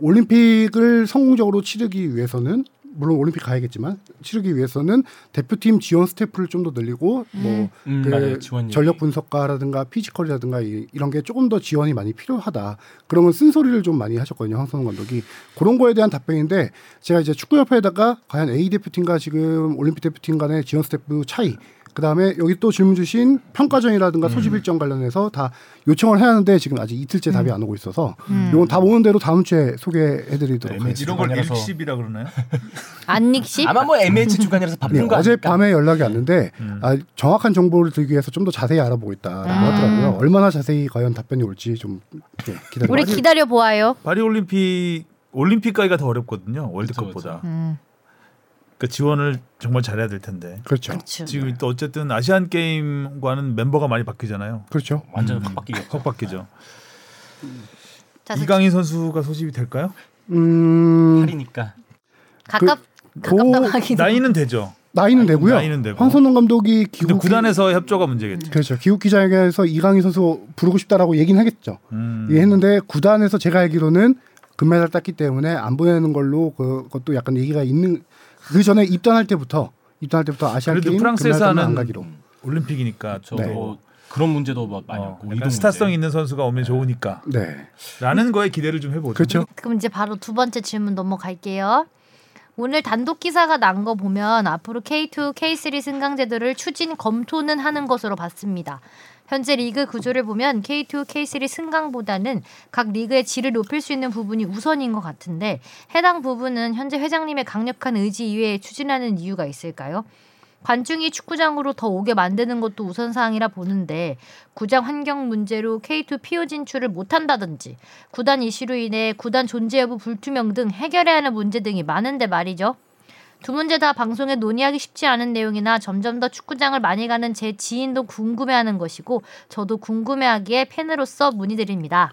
S4: 올림픽을 성공적으로 치르기 위해서는 물론 올림픽 가야겠지만 치르기 위해서는 대표팀 지원 스태프를 좀 더 늘리고 뭐
S3: 음,
S4: 그
S3: 맞아요. 지원 얘기.
S4: 전력 분석가라든가 피지컬이라든가 이, 런게 조금 더 지원이 많이 필요하다. 그런 건 쓴소리를 좀 많이 하셨거든요. 황선홍 감독이. 그런 거에 대한 답변인데 제가 이제 축구협회에다가 과연 A 대표팀과 지금 올림픽 대표팀 간의 지원 스태프 차이 그다음에 여기 또 질문 주신 평가전이라든가 소집 일정 관련해서 다 요청을 해야 하는데 지금 아직 이틀째 답이 안 오고 있어서 이건 답 오는 대로 다음 주에 소개해드리도록
S3: 네,
S4: 하겠습니다.
S2: 이런 걸
S3: 가서.
S2: 일십이라 그러나요?
S1: 안닉씨
S5: 아마 뭐 MH 주간이라서
S4: 네,
S5: 바쁜 거 아닐까?
S4: 어젯밤에 연락이 왔는데
S2: 음.
S4: 아, 정확한 정보를 들기 위해서 좀 더 자세히 알아보고 있다라고 하더라고요. 얼마나 자세히 과연 답변이 올지 좀 예, 기다려.
S1: 우리 기다려 보아요.
S2: 파리 올림픽 올림픽 가기가 더 어렵거든요. 월드컵보다. 그
S1: 음,
S2: 지원을 정말 잘해야 될 텐데.
S4: 그렇죠.
S1: 그렇죠.
S2: 지금 또 어쨌든 아시안 게임과는 멤버가 많이 바뀌잖아요.
S4: 그렇죠.
S3: 완전 확 바뀌게.
S2: 확 바뀌죠.
S1: 자,
S2: 이강인 선수가 소집이 될까요?
S4: 음,
S3: 팔이니까.
S1: 가깝
S2: 그
S1: 가깝다고 하긴
S2: 나이는 되죠.
S4: 나이는 되고요.
S2: 나이는 되고.
S4: 황선홍 감독이
S2: 근데
S4: 기국
S2: 구단에서 협조가 문제겠죠.
S4: 그렇죠. 기국 기자에게서 이강인 선수 부르고 싶다라고 얘기는 하겠죠.
S2: 음.
S4: 예, 했는데 구단에서 제가 알기로는 금메달 땄기 때문에 안 보내는 걸로 그- 그것도 약간 얘기가 있는 그 전에 입단할 때부터 입단할 때부터 아시안
S2: 그래도
S4: 게임
S2: 프랑스에서
S4: 금메달 안
S2: 하는
S4: 가기로.
S2: 올림픽이니까
S3: 아, 저도
S4: 네.
S3: 그런 문제도 막 많이
S2: 어,
S3: 왔고
S2: 약간 스타성 있는 선수가 오면
S4: 네.
S2: 좋으니까라는 거에 기대를 좀 해보죠.
S4: 그렇죠.
S1: 그럼 이제 바로 두 번째 질문 넘어갈게요. 오늘 단독 기사가 난 거 보면 앞으로 K2, K3 승강제도를 추진 검토는 하는 것으로 봤습니다. 현재 리그 구조를 보면 K2, K3 승강보다는 각 리그의 질을 높일 수 있는 부분이 우선인 것 같은데 해당 부분은 현재 회장님의 강력한 의지 이외에 추진하는 이유가 있을까요? 관중이 축구장으로 더 오게 만드는 것도 우선사항이라 보는데 구장 환경 문제로 K2 PO 진출을 못한다든지 구단 이슈로 인해 구단 존재 여부 불투명 등 해결해야 하는 문제 등이 많은데 말이죠. 두 문제 다 방송에 논의하기 쉽지 않은 내용이나 점점 더 축구장을 많이 가는 제 지인도 궁금해하는 것이고 저도 궁금해하기에 팬으로서 문의드립니다.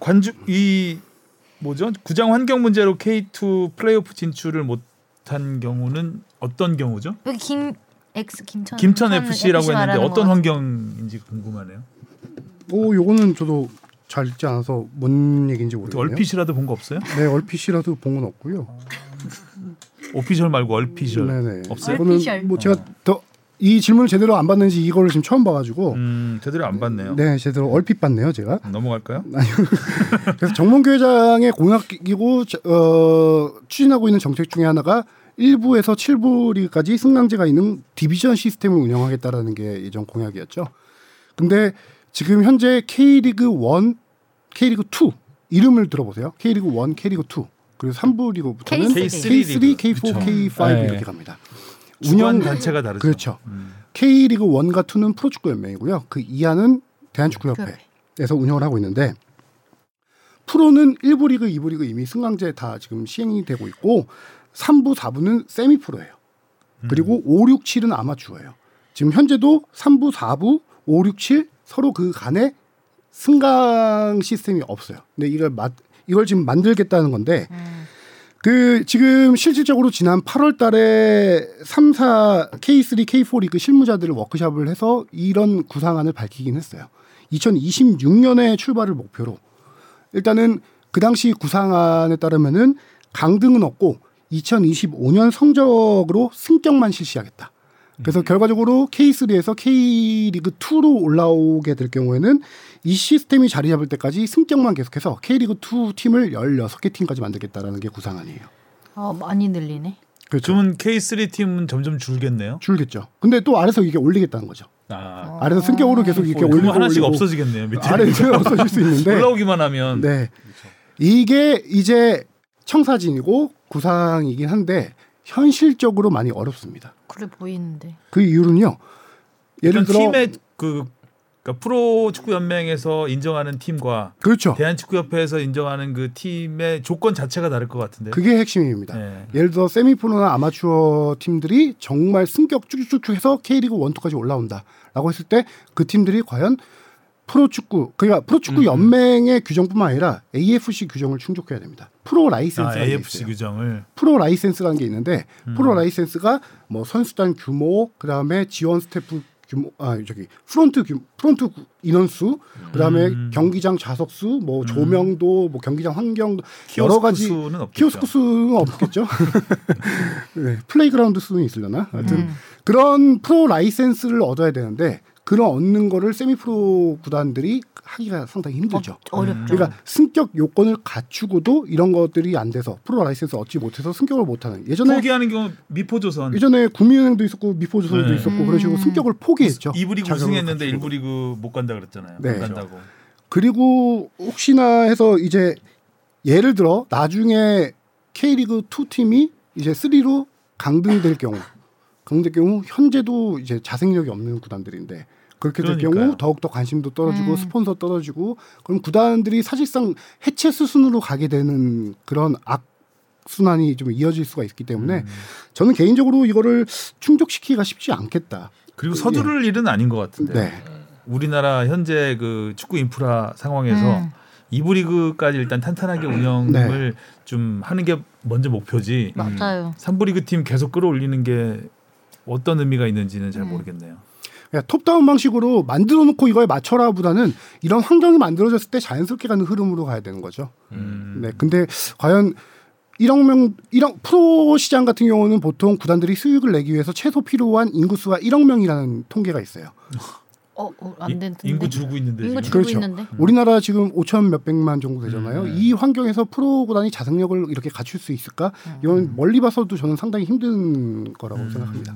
S2: 관중 이 뭐죠? 구장 환경 문제로 K2 플레이오프 진출을 못한 경우는 어떤 경우죠?
S1: 여기 김 X 김천
S2: 김천 FC라고 했는데
S1: 말하는
S2: 어떤
S1: 거.
S2: 환경인지 궁금하네요.
S4: 오, 뭐 요거는 저도 잘 읽지 않아서 뭔 얘기인지
S2: 어떻게
S4: 모르겠네요.
S2: 얼핏이라도 본 거 없어요?
S4: 네, 얼핏이라도 본 건 없고요.
S2: 오피셜 말고 얼피셜
S4: 네네.
S2: 없어요?
S1: 얼핏이얼.
S4: 이거는 뭐 제가 더 이 질문을 제대로 안 받는지 이거를 지금 처음 봐가지고
S2: 음, 제대로 안 봤네요.
S4: 네 아, 제대로 얼핏 봤네요 제가.
S2: 넘어갈까요?
S4: 그래서 정몽교회장의 공약이고 어, 추진하고 있는 정책 중에 하나가 1부에서 7부까지 승강제가 있는 디비전 시스템을 운영하겠다라는 게 예전 공약이었죠. 근데 지금 현재 K리그 1, K리그 2 이름을 들어보세요. K리그 1, K리그 2. 그리고 3부 리그부터는
S1: K3
S4: K3, K4,
S2: 그쵸.
S4: K5
S5: 네.
S4: 이렇게 갑니다.
S2: 운영 단체가 다르죠.
S4: 그렇죠.
S2: 음.
S4: K리그 1과 2는 프로축구 연맹이고요. 그 이하는 대한축구협회에서 운영을 하고 있는데 프로는 1부 리그, 2부 리그 이미 승강제 다 지금 시행이 되고 있고 3부, 4부는 세미 프로예요.
S2: 음.
S4: 그리고 5, 6, 7은 아마추어예요. 지금 현재도 3부, 4부, 5, 6, 7 서로 그 간에 승강 시스템이 없어요. 근데 이걸 마- 이걸 지금 만들겠다는 건데 그 지금 실질적으로 지난 8월 달에 3, 4 K3, K4 리그 실무자들을 워크샵을 해서 이런 구상안을 밝히긴 했어요. 2026년에 출발을 목표로 일단은 그 당시 구상안에 따르면은 강등은 없고 2025년 성적으로 승격만 실시하겠다. 그래서 결과적으로 K3에서 K리그 2로 올라오게 될 경우에는 이 시스템이 자리 잡을 때까지 승격만 계속해서 K리그 2 팀을 16개 팀까지 만들겠다라는 게 구상안이에요.
S1: 어 많이 늘리네.
S4: 그렇죠.
S2: 그러면 K3 팀은 점점 줄겠네요.
S4: 줄겠죠. 근데 또 아래서 이게 올리겠다는 거죠.
S3: 아,
S4: 아래서 승격으로 계속 이렇게
S2: 그러면
S4: 올리고
S2: 어, 하나씩
S4: 올리고
S2: 없어지겠네요. 그렇죠. 밑에
S4: 아래는 없어질 수 있는데
S2: 올라오기만 하면
S4: 네. 이게 이제 청사진이고 구상이긴 한데 현실적으로 많이 어렵습니다.
S1: 그래 보이는데.
S4: 그 이유는요. 예를
S2: 예를
S4: 들어
S2: 팀의 그 그러니까 프로 축구 연맹에서 인정하는 팀과
S4: 그렇죠.
S2: 대한축구협회에서 인정하는 그 팀의 조건 자체가 다를 것 같은데.
S4: 그게 핵심입니다.
S2: 예.
S4: 예를 들어 세미프로나 아마추어 팀들이 정말 승격 쭉쭉쭉 해서 K리그 1, 2까지 올라온다라고 했을 때 그 팀들이 과연 프로축구 그러니까
S2: 음,
S4: 프로축구 연맹의 규정뿐만 아니라 AFC 규정을 충족해야 됩니다. 프로
S2: 아,
S4: 라이센스라는 게
S2: AFC
S4: 있어요.
S2: 규정을 음.
S4: 프로 라이센스라는 게 있는데 프로 라이센스가 뭐 선수단 규모 그다음에 지원 스태프 규모 아 저기 프론트 규 프론트 구- 인원수 그다음에 경기장 좌석 수뭐 조명도 뭐 경기장 환경도 여러
S2: 음. 키오스크
S4: 가지
S2: 수는 없겠죠.
S4: 키오스크 수는 없겠죠
S2: [LAUGHS]
S4: 네, 플레이그라운드 수는 있으려나 하여튼
S1: 음.
S4: 그런 프로 라이센스를 얻어야 되는데 그런 얻는 거를 세미 프로 구단들이 하기가 상당히 힘들죠.
S1: 어, 어렵죠.
S4: 그러니까 승격 요건을 갖추고도 이런 것들이 안 돼서 프로 라이센스 얻지 못해서 승격을 못하는 예전에
S2: 포기하는 경우 미포조선
S4: 예전에 국민은행도 있었고 미포조선도
S2: 네.
S4: 있었고 그런 식으로
S1: 음.
S4: 승격을 포기했죠.
S2: 이브리그
S4: 자격을
S2: 우승했는데
S4: 갖추고.
S2: 일부리그 못 간다 그랬잖아요.
S4: 네.
S2: 못 간다고.
S4: 그리고 혹시나 해서 이제 예를 들어 나중에 K리그 2 팀이 이제 3로 강등될 경우 강등될 경우 현재도 이제 자생력이 없는 구단들인데 그렇게 될
S2: 그러니까요.
S4: 경우 더욱더 관심도 떨어지고
S1: 음.
S4: 스폰서 떨어지고 그럼 구단들이 사실상 해체 수순으로 가게 되는 그런 악 순환이 좀 이어질 수가 있기
S2: 음.
S4: 때문에 저는 개인적으로 이거를 충족시키기가 쉽지 않겠다.
S2: 그리고 서두를 일은 아닌 것 같은데.
S4: 예. 네.
S2: 우리나라 현재 그 축구 인프라 상황에서
S1: 음. 네.
S2: 이부리그까지 일단 탄탄하게 운영을 좀 하는 게 먼저 목표지.
S1: 음. 맞아요.
S2: 삼부리그 팀 계속 끌어올리는 게 어떤 의미가 있는지는
S1: 음.
S2: 잘 모르겠네요.
S4: 그냥 그러니까 톱다운 방식으로 만들어 놓고 이거에 맞춰라 보다는 이런 환경이 만들어졌을 때 자연스럽게 가는 흐름으로 가야 되는 거죠.
S2: 음.
S4: 네. 근데 과연 1억 명, 1억 프로 시장 같은 경우는 보통 구단들이 수익을 내기 위해서 최소 필요한 인구수가 1억 명이라는 통계가 있어요.
S1: 어, 어, 안
S2: 이-
S1: 되는데.
S2: 인구 줄고 있는데
S1: 인구
S2: 지금.
S1: 줄고
S4: 그렇죠.
S1: 있는데.
S2: 음.
S4: 우리나라 지금 5천 몇백만 정도 되잖아요.
S2: 네.
S4: 이 환경에서 프로 구단이 자생력을 이렇게 갖출 수 있을까?
S2: 음.
S4: 이건 멀리 봐서도 저는 상당히 힘든 거라고 생각합니다.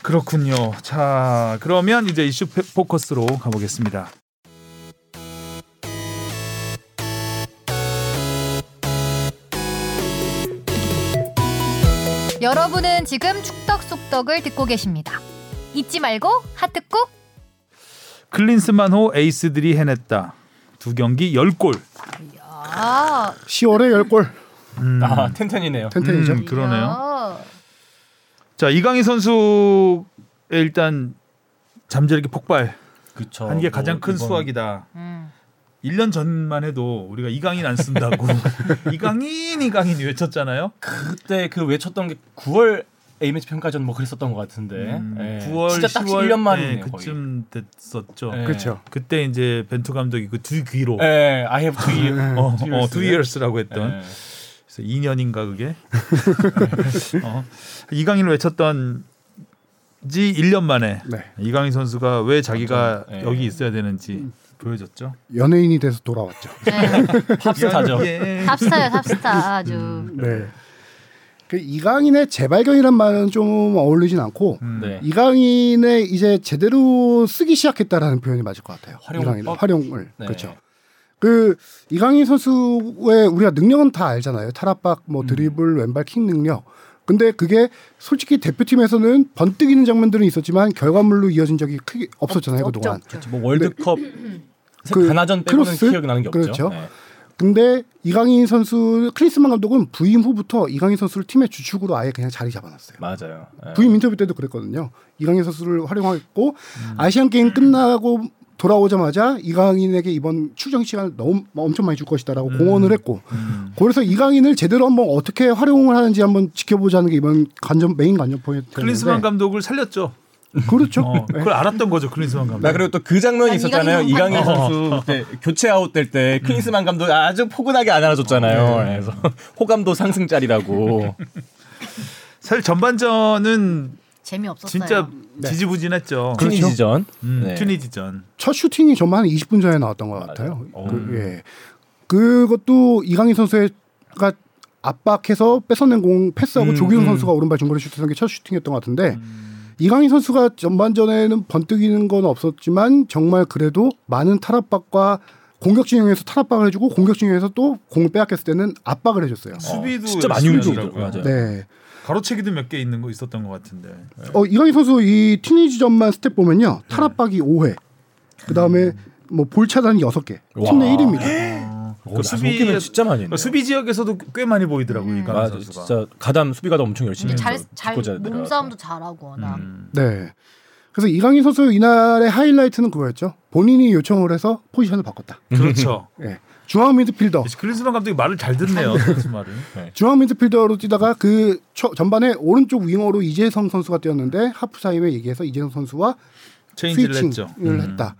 S2: 그렇군요. 자, 그러면 이제 이슈 페- 포커스로 가보겠습니다.
S1: 여러분은 지금 축덕 속덕을 듣고 계십니다. 잊지 말고 하트 꾹.
S2: 클린스만호 에이스들이 해냈다. 두 경기 10골.
S1: 아,
S4: 10월에 열골
S3: 음.
S5: 아 텐텐이네요.
S4: 텐텐이죠.
S2: 음, 그러네요.
S1: 이야.
S2: 자, 이강인 선수의 일단 잠재력이 폭발.
S5: 그쵸. 뭐
S2: 한 게 가장 큰 수확이다.
S1: 음.
S2: 1년 전만 해도 우리가 이강인 안 쓴다고
S5: [LAUGHS]
S2: 이강인 이강인 외쳤잖아요.
S5: 그때 그 외쳤던 게 9월 A 매치 평가전 뭐 그랬었던 것 같은데.
S2: 음,
S5: 예.
S2: 9월
S5: 진짜 딱
S2: 10월
S5: 1년 만이네요.
S2: 네,
S5: 거의.
S2: 그쯤 됐었죠.
S5: 예.
S4: 그렇죠.
S2: 그때 이제 벤투 감독이 그 두 귀로
S5: 예, I have two years.
S2: 어,
S5: two
S2: 어,
S5: years. 네.
S2: two years라고 했던
S5: 예.
S2: 그래서 2년인가 그게 [LAUGHS] 어, 이강인을 외쳤던 지 1년 만에
S4: 네.
S2: 이강인 선수가 왜 자기가
S5: 완전, 예.
S2: 여기 있어야 되는지 보여줬죠.
S4: 연예인이 돼서 돌아왔죠.
S1: 네.
S5: 팝스타죠.
S2: 예.
S1: 탑스타요, 탑스타 아주.
S2: 음.
S4: 네. 그 이강인의 재발견이란 말은 좀 어울리진 않고
S2: 음.
S5: 네.
S4: 이강인의 이제 제대로 쓰기 시작했다라는 표현이 맞을 것 같아요.
S5: 활용법?
S4: 이강인의 활용을
S5: 네.
S4: 그렇죠. 그 이강인 선수의 우리가 능력은 다 알잖아요. 탈압박, 뭐
S5: 음.
S4: 드리블, 왼발 킥 능력. 근데 그게 솔직히 대표팀에서는 번뜩이는 장면들은 있었지만 결과물로 이어진 적이 크게 없었잖아요
S1: 없죠,
S4: 그동안.
S1: 없죠.
S5: 뭐 월드컵
S4: 그
S5: 가나전 빼고는
S4: 크로스?
S5: 기억이 나는 게 없죠.
S4: 그렇죠.
S5: 네.
S4: 근데 이강인 선수 클린스만 감독은 부임 후부터 이강인 선수를 팀의 주축으로 아예 그냥 자리 잡아놨어요.
S5: 맞아요. 예.
S4: 부임 네. 인터뷰 때도 그랬거든요. 이강인 선수를 활용했고
S2: 음.
S4: 아시안 게임 끝나고 돌아오자마자 이강인에게 이번 출전 시간을 너무 엄청 많이 줄 것이다라고
S2: 음.
S4: 공언을 했고 그래서 이강인을 제대로 한번 어떻게 활용을 하는지 한번 지켜보자는 게 이번 관전 메인 관전 포인트.
S2: 클린스만 감독을 살렸죠.
S4: 그렇죠.
S2: 어,
S4: 네.
S2: 그걸 알았던 거죠 클린스만 감독.
S5: 나 그리고 또 그 장면이
S1: 아니,
S5: 있었잖아요.
S1: 이강인
S5: 이강인 선수 그때 교체 아웃 될
S2: 음.
S5: 때 클린스만 감독 아주 포근하게 안 알아줬잖아요. 예, 그래서 [LAUGHS]
S2: [LAUGHS]
S5: 호감도
S2: 어,
S5: 상승짜리라고.
S2: 사실 전반전은
S1: 재미없었어요.
S2: 진짜
S5: 네.
S2: 지지부진했죠.
S4: 그렇죠.
S5: 튀니지전.
S2: 음,
S5: 네.
S2: 튀니지전.
S4: 첫 슈팅이 정말 한 20분 전에 나왔던 것 같아요.
S5: 맞아요.
S4: 그, 예. 그것도 이강인 선수가 압박해서 뺏어낸 공 패스하고
S2: 음,
S4: 조기훈
S2: 음.
S4: 선수가 오른발 중거리 슈팅한 게 첫 슈팅이었던 것 같은데 이강인 선수가 전반전에는 번뜩이는 건 없었지만 정말 그래도 많은 탈압박과 공격 진영에서 탄압박을 해주고 공격 진영에서 또 공을 빼앗겼을 때는 압박을 해줬어요.
S2: 수비도
S5: 진짜 많이
S2: 열심히
S5: 움직이더라고요.
S2: 하더라고요.
S5: 맞아요.
S4: 네.
S2: 가로채기도 몇 개 있는 거 있었던 것 같은데.
S4: 어 이강인 선수 이 티니지점만 스텝 보면요 탈압박이 5회, 그 다음에 뭐 볼 차단이 6개, 팀 내
S5: 와. [LAUGHS]
S4: 1위입니다.
S1: 네.
S5: 그 수비는 진짜 많이 했네요.
S2: 그러니까 수비 지역에서도 꽤 많이 보이더라고요
S1: 음.
S2: 이강인
S5: 맞아,
S2: 그러니까 선수가.
S5: 진짜 가담 수비가담 엄청 열심히 해서
S1: 잘잘
S5: 뒷꽂아야 되더라고요.
S1: 몸싸움도 잘하고 워낙.
S2: 음.
S4: 네. 그래서 이강인 선수 이날의 하이라이트는 그거였죠. 본인이 요청을 해서 포지션을 바꿨다.
S2: 그렇죠.
S4: 예. 중앙 미드필더.
S2: 클린스만 감독이 말을 잘 듣네요. 선수 말을.
S4: 중앙 미드필더로 뛰다가 그 초- 전반에 오른쪽 윙어로 이재성 선수가 뛰었는데 하프타임에 얘기해서 이재성 선수와
S2: 체인지를 했죠. 음.
S4: 스위칭을 음. 했다.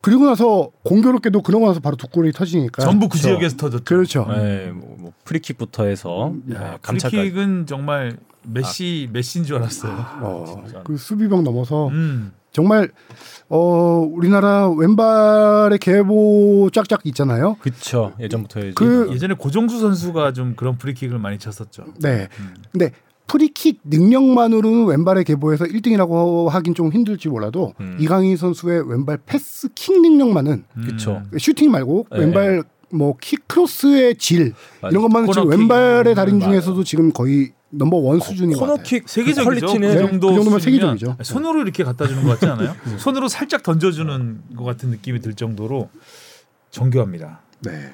S4: 그리고 나서 공교롭게도 그러고 나서 바로 두 골이 터지니까
S2: 전부 그 지역에서 터졌죠.
S4: 그렇죠.
S5: 네, 뭐, 뭐 프리킥부터 해서 네, 감찰까지.
S2: 음. 프리킥은 정말 메시 메시인 줄 알았어요.
S4: 어, 그 수비병 넘어서
S2: 아, 음.
S4: 정말 어 우리나라 왼발의 개보 쫙쫙 있잖아요.
S5: 그쵸 예전부터 해야지.
S4: 그-
S2: 예전에 고정수 선수가 좀 그런 프리킥을 많이 쳤었죠.
S4: 네.
S2: 음.
S4: 근데 프리킥 능력만으로는 왼발의 개보에서 1등이라고 하긴 좀 힘들지 몰라도
S5: 음.
S4: 이강인 선수의 왼발 패스 킥 능력만은
S2: 음. 예.
S5: 그쵸.
S4: 슈팅 말고
S5: 네.
S4: 왼발 뭐 킥 크로스의 질
S5: 맞아요.
S4: 이런 것만은 지금
S2: 코너킥. 음,
S4: 왼발의
S2: 어,
S4: 달인
S5: 맞아요.
S4: 중에서도 지금 거의 넘버 원 수준인 것 같아요.
S5: 코너킥
S2: 세계적이죠.
S5: 퀄리티는
S2: 그
S4: 네,
S2: 정도
S4: 그
S2: 수준이면
S4: 정도면 세계적이죠.
S2: 손으로 이렇게 갖다 주는 것 같지 않아요? 손으로 살짝 던져주는 것 같은 느낌이 들 정도로 정교합니다.
S4: 네.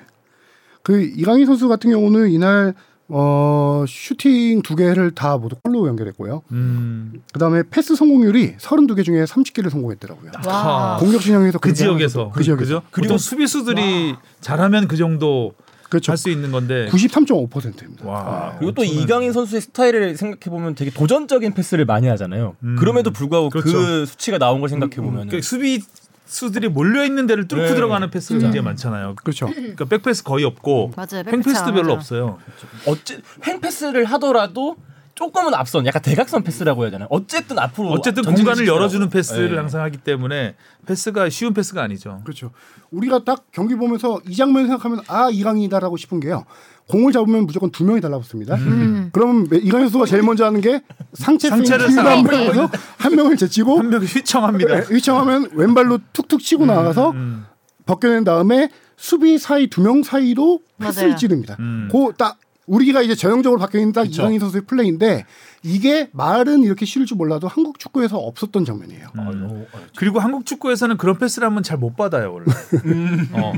S4: 그 이강인 선수 같은 경우는 이날 어 슈팅 두 개를 다 모두 골로 연결했고요.
S2: 음,
S4: 그다음에 패스 성공률이 32개 중에 30개를 성공했더라고요.
S1: 와.
S4: 공격 진영에서
S2: 그
S4: 그렇게
S2: 지역에서
S4: 하면서도 그
S2: 그죠?
S4: 지역에서
S2: 보통 수비수들이 잘하면 그 정도
S4: 그렇죠. 아,
S2: 할 수 있는 건데
S4: 93.5%입니다.
S2: 와
S5: 그리고 또
S2: 엄청난-
S5: 이강인 선수의 스타일을 생각해 보면 되게 도전적인 패스를 많이 하잖아요.
S2: 음.
S5: 그럼에도 불구하고 그
S2: 그렇죠.
S5: 수치가 나온 걸 생각해 보면
S2: 그러니까 수비수들이 몰려 있는 데를 뚫고
S5: 네.
S2: 들어가는 패스가 굉장히 많잖아요.
S4: 그렇죠.
S2: 그러니까 백패스 거의 없고
S1: 맞아요. 백패스
S2: 행패스도
S1: 안
S2: 별로
S1: 하죠.
S2: 없어요.
S5: 어째 횡 패스를 하더라도 조금은 앞선, 약간 대각선 패스라고 해야 되나? 요 어쨌든 앞으로
S2: 어쨌든
S5: 전진시키더라고요.
S2: 공간을 열어주는 패스를
S5: 네.
S2: 항상 하기 때문에 패스가 쉬운 패스가 아니죠.
S4: 그렇죠. 우리가 딱 경기 보면서 이 장면 생각하면 아 이강인이다라고 싶은 게요. 공을 잡으면 무조건 두 명이 달라붙습니다.
S1: 음.
S4: 음. 그럼 이강인 선수가 제일 먼저 하는 게 상체
S2: 상체를
S4: 페인팅을
S2: 쌓아.
S4: 한 명에서 한 명을 제치고
S2: 한 명이 휘청합니다.
S5: 네.
S4: 예, 휘청하면 왼발로 툭툭 치고 나가서
S2: 음.
S4: 벗겨낸 다음에 수비 사이 두 명 사이로 패스를
S1: 맞아요.
S4: 찌릅니다.
S2: 음.
S4: 그 딱 우리가 이제 전형적으로 바뀌어 있는 딱 이강인 선수의 플레이인데 이게 말은 이렇게 쉬울 줄 몰라도 한국 축구에서 없었던 장면이에요.
S5: 아,
S2: 음.
S5: 어,
S2: 그리고 한국 축구에서는 그런 패스를 하면 잘 못 받아요 원래.
S5: 음.
S2: 어.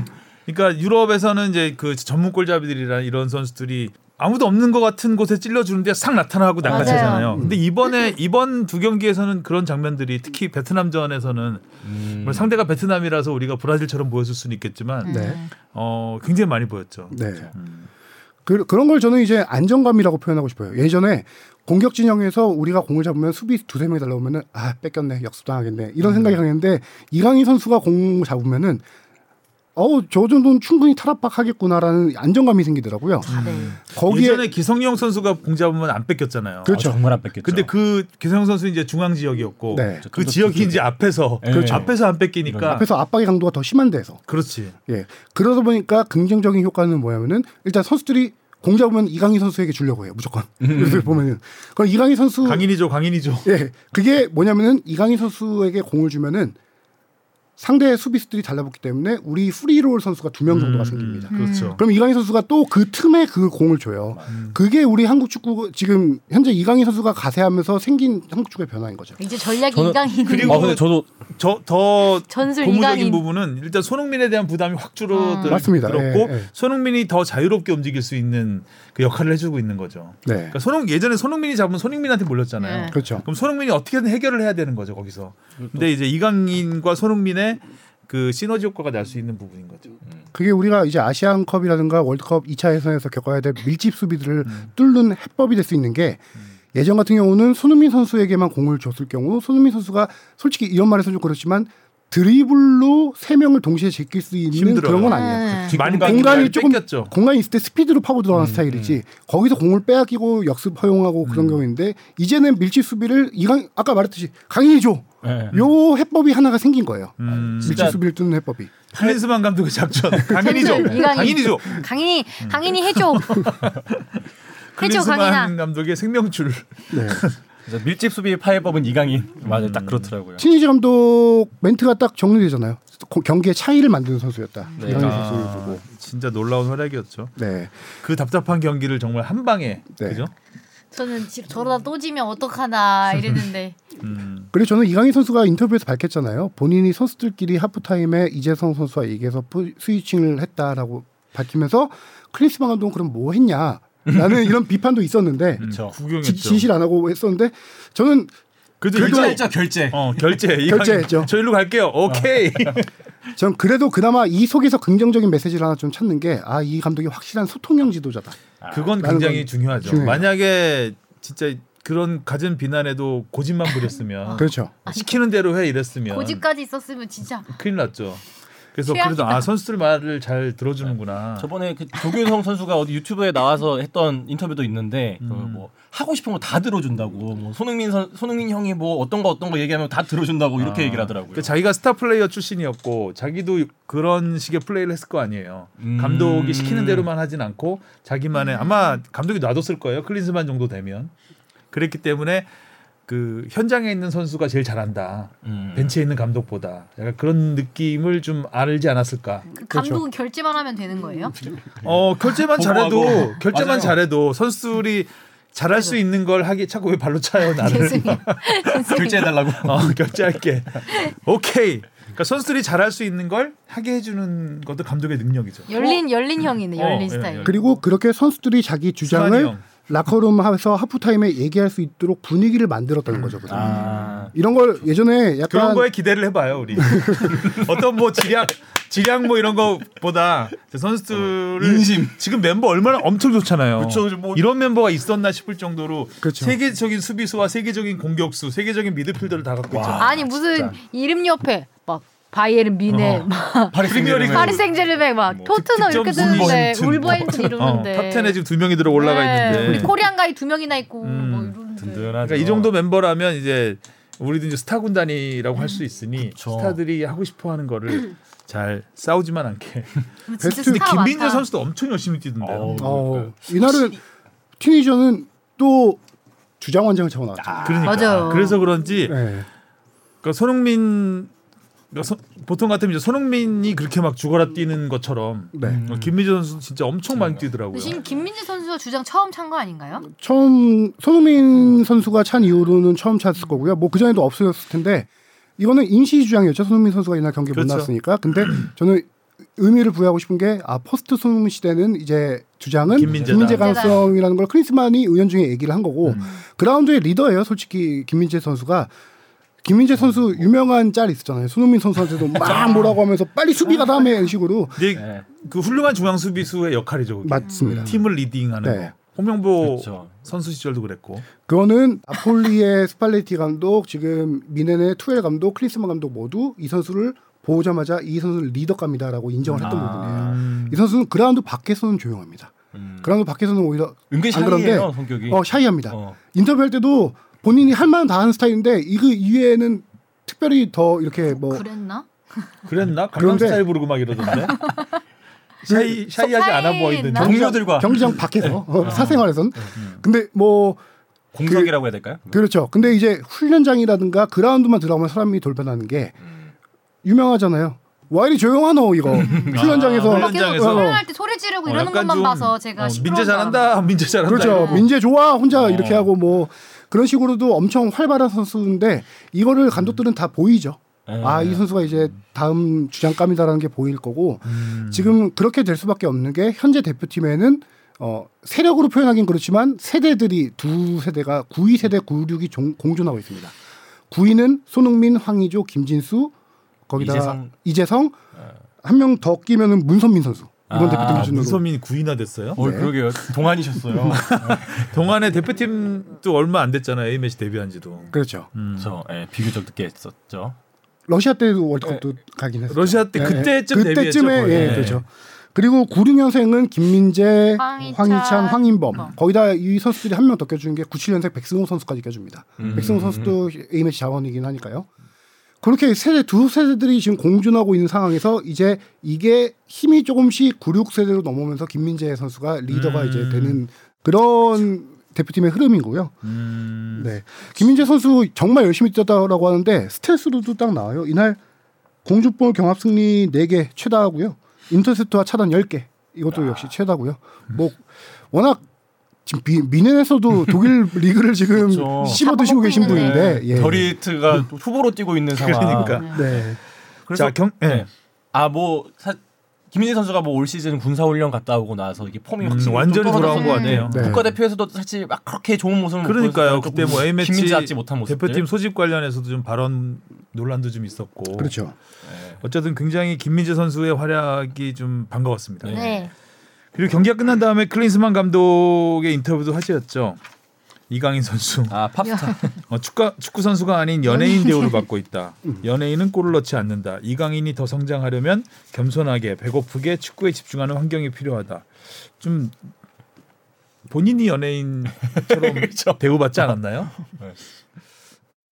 S2: 그러니까 유럽에서는 이제 그 전문 골잡이들이나 이런 선수들이 아무도 없는 것 같은 곳에 찔러주는데 싹 나타나고
S5: 음.
S2: 낚아채잖아요. 근데 이번에 이번 두 경기에서는 그런 장면들이 특히 베트남전에서는
S5: 음.
S2: 물론 상대가 베트남이라서 우리가 브라질처럼 보였을 수는 있겠지만
S1: 음.
S4: 네.
S2: 어, 굉장히 많이 보였죠.
S4: 네. 그, 런걸 저는 이제 안정감이라고 표현하고 싶어요. 예전에 공격 진영에서 우리가 공을 잡으면 수비 두세 명이 달라오면은 아 뺏겼네 역습당하겠네
S2: 음.
S4: 이런 생각이 강했는데 이강인 선수가 공 잡으면은 어우 저 정도는 충분히 탈압박하겠구나라는 안정감이 생기더라고요.
S1: 네.
S2: 음.
S4: 거기에
S2: 아, 예전에 기성용 선수가 공 잡으면 안 뺏겼잖아요.
S5: 아, 정말 안 뺏겼죠.
S2: 그렇죠. 근데 그 기성용 선수 이제 중앙 지역이었고
S4: 네.
S2: 그 지역이 이제 앞에서
S5: 그렇죠.
S2: 앞에서 안 뺏기니까
S4: 앞에서 압박의 강도가 더 심한 데서
S2: 그렇지.
S4: 예 그러다 보니까 긍정적인 효과는 뭐냐면은 일단 선수들이 공 잡으면 이강인 선수에게 주려고 해요 무조건
S2: 음.
S4: 그래서 [LAUGHS] 보면은 그럼 이강인 선수
S2: 강인이죠, 강인이죠.
S4: 예, 그게 뭐냐면은 이강인 선수에게 공을 주면은 상대의 수비수들이 달라붙기 때문에 우리 프리롤 선수가 두 명 정도가 생깁니다.
S2: 그렇죠.
S4: 그럼 이강인 선수가 또 그 틈에 그 공을 줘요. 그게 우리 한국 축구 지금 현재 이강인 선수가 가세하면서 생긴 한국 축구의 변화인 거죠.
S1: 이제 전략
S5: 저는-
S1: 인강인
S5: 아, 근데 저도
S4: 그
S2: 저더
S1: 전술
S2: 고무적인
S1: 인간인.
S2: 부분은 일단 손흥민에 대한 부담이 확 줄어들
S4: 맞습니다.
S2: 들었고
S4: 예, 예.
S2: 손흥민이 더 자유롭게 움직일 수 있는 그 역할을 해주고 있는 거죠.
S4: 네,
S2: 그러니까 손흥 예전에 손흥민이 잡으면 손흥민한테 몰렸잖아요.
S1: 네.
S4: 그렇죠.
S2: 그럼 손흥민이 어떻게든 해결을 해야 되는 거죠 거기서. 근데 이제 이강인과 손흥민의 그 시너지 효과가 날 수 있는 부분인 거죠.
S4: 그게 우리가 이제 아시안컵이라든가 월드컵 2차 예선에서 겪어야 될 밀집 수비들을
S2: 음.
S4: 뚫는 해법이 될 수 있는 게 예전 같은 경우는 손흥민 선수에게만 공을 줬을 경우 손흥민 선수가 솔직히 이런 말해서 좀 그렇지만 드리블로 세 명을 동시에 제낄 수 있는
S2: 힘들어요. 네.
S4: 그런 건 아니에요.
S1: 네.
S2: 많이
S4: 공간이
S2: 공간이
S4: 조금-
S2: 뺏겼죠. 음,
S4: 공간이 있을 때 스피드로 파고 들어가는 스타일이지 거기서 공을 빼앗기고 역습 허용하고 그런 경우인데 이제는 밀집 수비를 이강 아까 말했듯이 강인이 줘.
S2: 예.
S3: 예.
S5: 네.
S4: 요 해법이 하나가 생긴 거예요.
S2: 음.
S4: 밀집 수비를 뚫는 해법이.
S2: 클린스만 감독의
S4: [LAUGHS]
S2: 작전.
S4: 그렇죠.
S2: 강인이죠.
S4: 네.
S1: 이강인. 그렇죠,
S2: 강인이죠.
S1: 강인이 강인이 해줘. 해줘
S2: 음. 클린스만
S1: 강인아.
S2: 감독의 생명줄.
S4: 네.
S3: 그래서 밀집 수비 파해법은 이강인. 맞아요, 딱 그렇더라고요.
S4: 신인지 감독 멘트가 딱 정리되잖아요. 고- 경기의 차이를 만드는 선수였다.
S5: 네.
S4: 이런
S2: 아.
S4: 선수를 보고.
S2: 진짜 놀라운 활약이었죠.
S4: 네.
S2: 그 답답한 경기를 정말 한 방에
S4: 네.
S2: 그죠?
S1: 저는 지- 저러다 또 지면 어떡하나 이랬는데
S2: 음,
S4: 그리고 저는 이강인 선수가 인터뷰에서 밝혔잖아요. 본인이 선수들끼리 하프타임에 이재성 선수와 얘기해서 푸- 스위칭을 했다라고 밝히면서 클린스만 감독은 그럼 뭐 했냐? 라는 이런 비판도 있었는데
S2: 음.
S3: 그렇죠.
S4: 지-
S2: 구경했죠.
S4: 진실 안 하고 했었는데 저는
S2: 그래도 이거-
S3: 결제했죠, 결제.
S2: 어 결제 이강인.
S4: 결제했죠. 어.
S2: 저 일로 갈게요. 오케이.
S4: 전 그래도 그나마 이 속에서 긍정적인 메시지를 하나 좀 찾는 게 아 이 감독이 확실한 소통형 지도자다.
S1: 아,
S2: 그건
S4: 나는
S2: 굉장히
S4: 건
S2: 중요하죠.
S4: 중요해요.
S2: 만약에 진짜 그런 가진 비난에도 고집만 부렸으면
S4: [LAUGHS] 그렇죠.
S2: 시키는 대로 해 이랬으면
S1: 아, 고집까지 있었으면 진짜
S2: 큰일 났죠. 그래서
S1: 최악이다.
S2: 그래도 아 선수들 말을 잘
S1: 네.
S2: 들어주는구나. 아.
S3: 저번에 그 조규성 선수가 어디 유튜브에 나와서 했던 인터뷰도 있는데 그뭐 하고 싶은 거 다 들어준다고 뭐 손흥민 선, 손흥민 형이 뭐 어떤 거 어떤 거 얘기하면 다 들어준다고 이렇게 얘기를 하더라고요.
S2: 그 자기가 스타 플레이어 출신이었고 자기도 그런 식의 플레이를 했을 거 아니에요.
S3: 음.
S2: 감독이 시키는 대로만 하진 않고
S1: 음.
S2: 자기만의 아마 감독이 놔뒀을 거예요. 클린스만 정도 되면 그랬기 때문에 그 현장에 있는 선수가 제일 잘한다.
S3: 음.
S2: 벤치에 있는 감독보다 약간 그런 느낌을 좀 알지 않았을까.
S1: 그 감독은 결제만 하면 되는 거예요?
S2: 어 결제만 잘해도
S3: 공부하고.
S2: 결제만
S3: 맞아요.
S2: 잘해도 선수들이 잘할 수 있는 걸 하기 자꾸 왜 발로 차요 나를 [LAUGHS]
S1: 죄송해요.
S3: 결제해달라고.
S2: 어, 결제할게 오케이 그러니까 선수들이 잘할 수 있는 걸 하게 해주는 것도 감독의 능력이죠
S1: 열린 열린 형이네
S2: 어,
S1: 열린
S2: 예,
S1: 스타일.
S2: 예.
S4: 그리고 그렇게 선수들이
S2: 수환이
S4: 자기 주장을
S2: 형.
S4: 라커룸에서 하프타임에 얘기할 수 있도록 분위기를 만들었다는 거죠. 그래서.
S3: 아,
S4: 이런 걸 예전에
S2: 음. 그런
S4: 약간
S2: 거에 기대를 해봐요
S3: [LAUGHS]
S2: 우리 어떤 뭐 지량 지량 뭐 이런 거보다 선수들을
S3: 인심.
S2: 지금 멤버 얼마나 엄청 좋잖아요.
S3: 그쵸, 뭐-
S2: 이런 멤버가 있었나 싶을 정도로
S4: 그쵸.
S2: 세계적인 수비수와 세계적인 공격수, 세계적인 미드필더를 다 갖고 있잖아요.
S1: 아니 무슨 이름 옆에 막 바이에른 미네,
S2: 어.
S1: 막
S2: 프리미어리그
S1: 파리 생제르맹, 막 토트넘 이렇게
S2: 득점
S1: 뜨는데
S2: 순위.
S1: 울버햄튼
S2: 어,
S1: 이러는데.
S2: 탑10에 지금 두 명이 들어 올라가
S1: 네,
S2: 있는데.
S1: 우리 코리안 가이 두 명이나 있고 뭐
S2: 음,
S1: 이러는데.
S2: 그러니까 이 정도 멤버라면 이제 우리도 이제 스타 군단이라고 할 수 있으니 스타들이 하고
S1: [CLEARS THROAT]
S2: 싶어하는 거를 잘 싸우지만 않게.
S1: 근데 진짜
S4: 베스트-
S2: 근데
S1: 스타가
S2: 김민재
S1: 많다.
S2: 선수도 엄청 열심히 뛰던데요.
S3: 어우,
S4: 어,
S2: 그
S4: 이날은 튀니저는 또 주장 완장을 차고 나왔죠.
S2: 그러니까
S1: 맞아요.
S2: 그래서 그런지
S4: 네.
S2: 그러니까 손흥민 그러니까 서- 보통 같으면 이제 손흥민이 그렇게 막 죽어라 뛰는 것처럼
S4: 네.
S3: 음.
S2: 어, 김민재 선수 진짜 엄청
S3: 네.
S2: 많이 뛰더라고요.
S1: 대신 김민재 선수가 주장 처음 찬 거 아닌가요?
S4: 네, 처음 손흥민 선수가 찬 이후로는 처음 찼을 거고요. 뭐 그전에도 없었을 텐데 이거는 임시 주장이었죠. 손흥민 선수가 이날 경기 못
S2: 그렇죠.
S4: 나왔으니까. 근데 저는 의미를 부여하고 싶은 게 아 포스트 손흥민 시대는 이제 주장은
S2: 김민재다. 음.
S4: 김민재 가능성이라는 걸 크리스만이 의원 중에 얘기를 한 거고 그라운드의 리더예요. 솔직히 김민재 선수가 김민재 선수 유명한 짤 있었잖아요. 손흥민 선수한테도 막 뭐라고 하면서 빨리 수비 가다 음 이런 식으로
S2: 근데
S3: 네.
S2: 그 훌륭한 중앙 수비수의 역할이죠. 그게.
S4: 맞습니다.
S2: 팀을 리딩하는
S4: 네.
S2: 거. 홍명보
S3: 그렇죠.
S2: 선수 시절도 그랬고.
S4: 그거는 아폴리의 [LAUGHS] 스팔레티 감독, 지금 미넨의 투엘 감독, 클리스만 감독 모두 이 선수를 보자마자 이 선수는 리더감이다라고 인정을
S3: 음.
S4: 했던
S3: 아.
S4: 부분이에요.
S2: 음.
S4: 이 선수는 그라운드 밖에서는 조용합니다. 그라운드 밖에서는 오히려
S3: 은근
S4: 안
S3: 샤이해요 음. 성격이.
S4: 어 샤이합니다.
S3: 어.
S4: 인터뷰할 때도 본인이 할 만한 다 하는 스타일인데 이거 이외에는 특별히 더 이렇게 뭐
S1: 그랬나?
S2: 그랬나? 강남
S4: 그런데- 그
S2: 스타일 부르고 막
S4: [LAUGHS]
S2: 이러던데. 샤이 샤이하지 않아
S1: 샤이
S2: 보이던.
S1: 나-
S3: 동료들과 네. 음. [LAUGHS]
S4: 경기장 밖에서 어, 사생활에선 근데 뭐
S3: 공격이라고 해야 될까요?
S4: 그렇죠. 근데 이제 훈련장이라든가 그라운드만 들어가면 사람이 돌변하는 게 유명하잖아요. 와 이리 조용하노 이거 훈련장에서
S1: 막
S2: 아,
S1: 뭐 계속
S2: 현장에서.
S1: 훈련할 때 소리
S2: 어,
S1: 지르고 이러는 것만 봐서 제가 시끄러운
S2: 민재
S1: 줄 알았는데.
S2: 잘한다. [LAUGHS] 민재 잘한다. 어.
S4: 그렇죠.
S2: 이러고.
S4: 민재 좋아 혼자 이렇게 하고 뭐 그런 식으로도 엄청 활발한 선수인데 이거를 감독들은 다 보이죠.
S2: 음.
S4: 아 이 선수가 이제 다음 주장감이다라는 게 보일 거고
S2: 음.
S4: 지금 그렇게 될 수밖에 없는 게 현재 대표팀에는 어, 세력으로 표현하긴 그렇지만 세대들이 두 세대가 92 세대 96이 종- 공존하고 있습니다. 9위는 손흥민, 황의조, 김진수 거기다가 이재성,
S3: 이재성.
S4: 한 명 더 끼면은 문선민 선수 이번
S3: 아,
S4: 대표팀
S2: 어. 아,
S4: 기준으로
S2: 문서민이 구인화 됐어요.
S3: 어, 그러게요.
S2: [LAUGHS]
S3: 동안이셨어요.
S2: 동안에 대표팀도 얼마 안 됐잖아요. A 매치 데뷔한지도.
S4: 그렇죠.
S3: 저 예, 비교적 늦게 했었죠.
S4: 러시아 때도 월드컵도 가긴 했어요.
S2: 네.
S4: 네,
S2: 러시아 때 그때쯤 데뷔했죠.
S4: 예, 그때쯤에
S2: 거의.
S4: 예,
S2: 네.
S4: 그렇죠. 그리고 96년생은 김민재,
S1: 황희찬,
S4: 황희찬, 황인범
S1: 어.
S4: 거기다 이 선수들이 한 명 더 껴주는 게 97년생 백승호 선수까지 껴줍니다.
S2: 음.
S4: 백승호 선수도 A매치 자원이긴 하니까요. 그렇게 세대 두 세대들이 지금 공존하고 있는 상황에서 이제 이게
S2: 그렇죠.
S4: 힘이 조금씩 96세대로 넘어오면서 김민재 선수가 리더가 이제 되는 그런 대표팀의 흐름이고요.
S2: 음.
S4: 네. 김민재 선수 정말 열심히 뛰었다라고 하는데 스탯으로도 딱 나와요. 이날 공주볼 경합 승리 4개 최다하고요. 인터셉트와 차단 10개.
S2: 아.
S4: 이것도 역시 최다고요. 뭐 워낙 지금 미,
S2: [LAUGHS]
S4: 미넨에서도 독일 리그를 지금
S5: 그렇죠.
S4: 씹어 드시고
S1: 다
S4: 계신
S1: 먹고
S4: 분인데 예.
S5: 더리트가 후보로 뛰고 있는 상황.
S2: 네. 음. 그러니까.
S4: 네.
S2: 자, 경, 예.
S5: 네. 아뭐 김민재 선수가 뭐 올 시즌 군사 훈련 갔다 오고 나서 이게 폼이
S2: 음,
S5: 확실히 좀
S2: 완전히 돌아온
S5: 떨어졌는데
S2: 것 같아요.
S4: 네.
S5: 국가대표에서도 사실 막 그렇게 좋은 모습을
S2: 그러니까요.
S5: 못 보여서
S2: 그때 뭐
S5: 조금
S2: A매치
S5: 김민재답지 못한 모습
S2: 대표팀 소집 관련해서도 좀 발언 논란도 좀 있었고.
S4: 그렇죠.
S2: 어쨌든 굉장히 김민재 선수의 활약이 좀 반가웠습니다.
S5: 네.
S1: 네.
S2: 그리고 경기가 끝난 다음에 클린스만 감독의 인터뷰도 하셨죠. 이강인 선수
S6: 아 팝스타
S2: 어, 축구 축구 선수가 아닌 연예인 대우를 받고 있다.
S5: 음.
S2: 연예인은 골을 넣지 않는다. 이강인이 더 성장하려면 겸손하게 배고프게 축구에 집중하는 환경이 필요하다. 좀 본인이
S5: [LAUGHS]
S2: 연예인처럼
S5: 그렇죠.
S2: 대우받지 않았나요?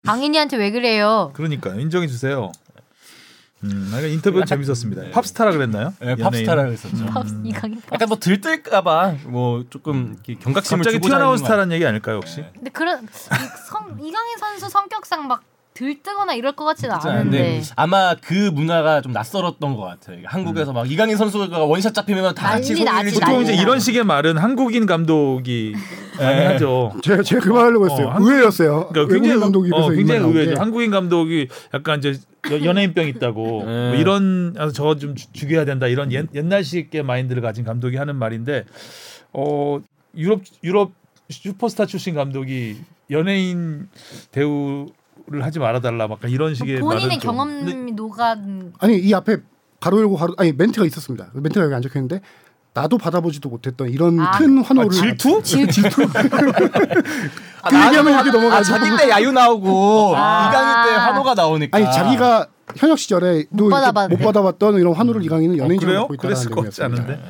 S1: 강인이한테 왜 그래요?
S2: 그러니까 인정해 주세요. 음, 하여간 인터뷰 재밌었습니다. 팝스타라 그랬나요?
S5: 네,
S2: 연예인. 음.
S5: 팝스타라고 했었죠.
S1: 팝스- 이강인 팝스.
S5: 약간 뭐 들뜰까봐 뭐 조금 이렇게 경각심을
S2: 갑자기
S5: 주고
S2: 튀어나온
S5: 다니는 거 아니에요? 네.
S2: 스타라는 얘기 아닐까요 혹시?
S1: 근데 그런 이 성, 이강인 선수 성격상 막 들뜨거나 이럴 것 같지는
S5: 근데
S4: 네,
S1: 않은데.
S5: 아마 그 문화가 좀 낯설었던 것 같아요.
S2: 음.
S5: 이게 한국에서 막 이강인 선수가 원샷 잡히면 다 같이
S1: 난리
S5: 소리를
S1: 나지,
S5: 지르고
S2: 보통 이제
S1: 난리나.
S2: 이런 식의 말은 한국인 감독이
S5: 네.
S2: 많이 하죠.
S4: 제가 제가 그 말하려고 했어요.
S2: 어, 한국-
S4: 의외였어요.
S2: 그러니까
S4: 외국인
S2: 굉장히
S4: 감독이
S2: 어,
S4: 그래서 이
S2: 굉장히
S4: 말 나온
S2: 의외죠.
S4: 게.
S2: 한국인 감독이 약간 이제 여- 연예인병
S5: [LAUGHS]
S2: 있다고
S5: 네.
S2: 뭐 이런 아, 저거 좀 주- 죽여야 된다 이런 옛, 옛날식의 마인드를 가진 감독이 하는 말인데 어 유럽 유럽 슈퍼스타 출신 감독이 연예인 대우를 하지 말아달라 막 이런 식의
S1: 본인의
S2: 말은 좀-
S1: 경험이 녹은
S4: 아니 이 앞에 가로 열고 가로 아니 멘트가 있었습니다. 멘트가 여기 안 적혀 있는데 나도 받아보지도 못했던 이런
S1: 아.
S4: 큰 환호를
S1: 질투.
S5: 아,
S4: 그 얘기하면 이렇게 넘어가죠.
S5: 아, 자기 때 야유 나오고
S1: 아.
S5: 이강인 때 환호가 나오니까
S4: 아니 자기가 현역 시절에 도
S1: 받아봤네.
S4: 못 받아봤던 이런 환호를 이강인은
S2: 어,
S4: 연예인으로
S2: 그래요?
S4: 받고 있다는
S2: 그랬을 것 같지 않은데.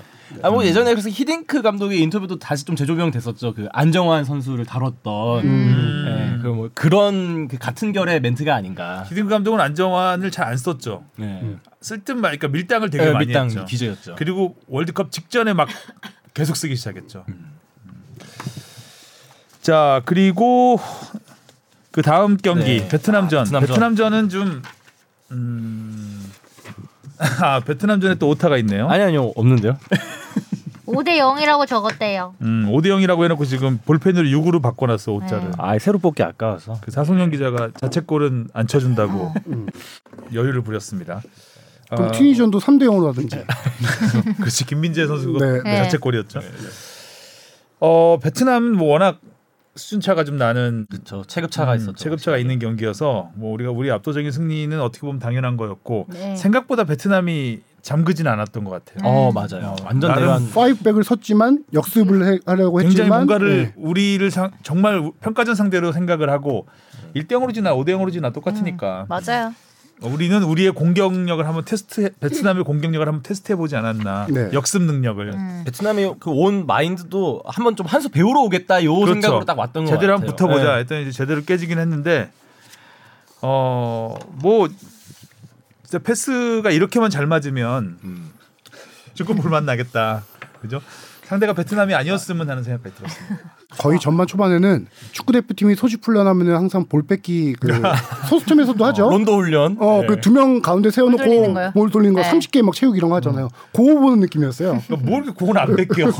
S5: 아, 뭐 예전에 그래서 히딩크 감독의 인터뷰도 다시 좀 재조명 됐었죠. 그 안정환 선수를 다뤘던
S2: 음.
S5: 예, 그뭐 그런 그 같은 결의 멘트가 아닌가.
S2: 기등 감독은 안정환을 잘 안 썼죠.
S5: 네.
S2: 쓸듯 말, 그러니까 밀당을 음. 되게 많이
S5: 예, 밑당
S2: 했죠.
S5: 네, 기재였죠.
S2: 그렇죠. 그리고 월드컵 직전에 막 [LAUGHS] 계속 쓰기 시작했죠.
S6: 음.
S2: 자 그리고 그 다음 경기
S5: 네.
S2: 베트남전.
S6: 아,
S5: 베트남전.
S2: 베트남전은 좀 음. [LAUGHS] 아 베트남전에 또 오타가 있네요.
S6: 아니 아니요 없는데요
S1: 5대 0이라고 적었대요.
S2: 음, 5대 0이라고 해놓고 지금 볼펜으로 6으로 바꿔놨어 오자를.
S1: 네.
S6: 아 새로 뽑기 아까워서
S2: 그 사송영 기자가 자책골은 안 쳐준다고 여유를 부렸습니다.
S4: 음. 그럼
S2: 아,
S4: 튀니전도 3대 0으로 하든지
S2: 그렇지 김민재 선수가
S4: 네.
S1: 네.
S2: 자책골이었죠. 어 베트남은 뭐 워낙 수준차가 좀 나는
S5: 그렇죠. 체급차가
S2: 음,
S5: 있었죠.
S2: 체급차가 있는 경기여서 뭐 우리가 우리 압도적인 승리는 어떻게 보면 당연한 거였고
S1: 네.
S2: 생각보다 베트남이 잠그진 않았던 것 같아요.
S5: 어 맞아요. 완전
S2: 음. 나름
S5: 대단.
S4: 파이브백을 섰지만 역습을 해- 하려고
S2: 굉장히
S4: 했지만
S2: 뭔가를
S4: 네.
S2: 우리를 상- 정말 우- 평가전 상대로 생각을 하고
S5: 네.
S2: 1대 0으로 지나 5대 0으로 지나
S4: 음.
S2: 똑같으니까
S1: 맞아요.
S2: 어, 우리는 우리의 공격력을 한번 테스트 베트남의 공격력을 한번 테스트해 보지 않았나
S4: 네.
S2: 역습 능력을
S5: 베트남이 그 온 마인드도 한번 좀 한 수 배우러 오겠다 요
S2: 그렇죠.
S5: 생각으로 딱 왔던 거 같아요.
S2: 제대로 한번 붙어보자
S5: 예.
S2: 했더니 이제 제대로 깨지긴 했는데 어뭐 진짜 패스가 이렇게만 잘 맞으면 조금 볼만 나겠다 그죠 상대가 베트남이 아니었으면 하는 생각까지 들었습니다
S4: 거의 전반 초반에는 축구 대표팀이 소집 훈련하면 항상 볼 뺏기
S2: [LAUGHS]
S4: 그 소수점에서도
S2: 그렇죠?
S4: 하죠.
S5: 론도 훈련.
S4: 어
S2: 네.
S4: 그 두 명 가운데
S1: 볼 돌리는 거요?
S4: 세워놓고 볼 돌리는 거
S1: 네.
S4: 30개 막 채우기 이런 거 하잖아요.
S2: 음.
S4: 그거 보는 느낌이었어요.
S2: 그러니까 뭐 이렇게 공을 안 [LAUGHS] 뺏겨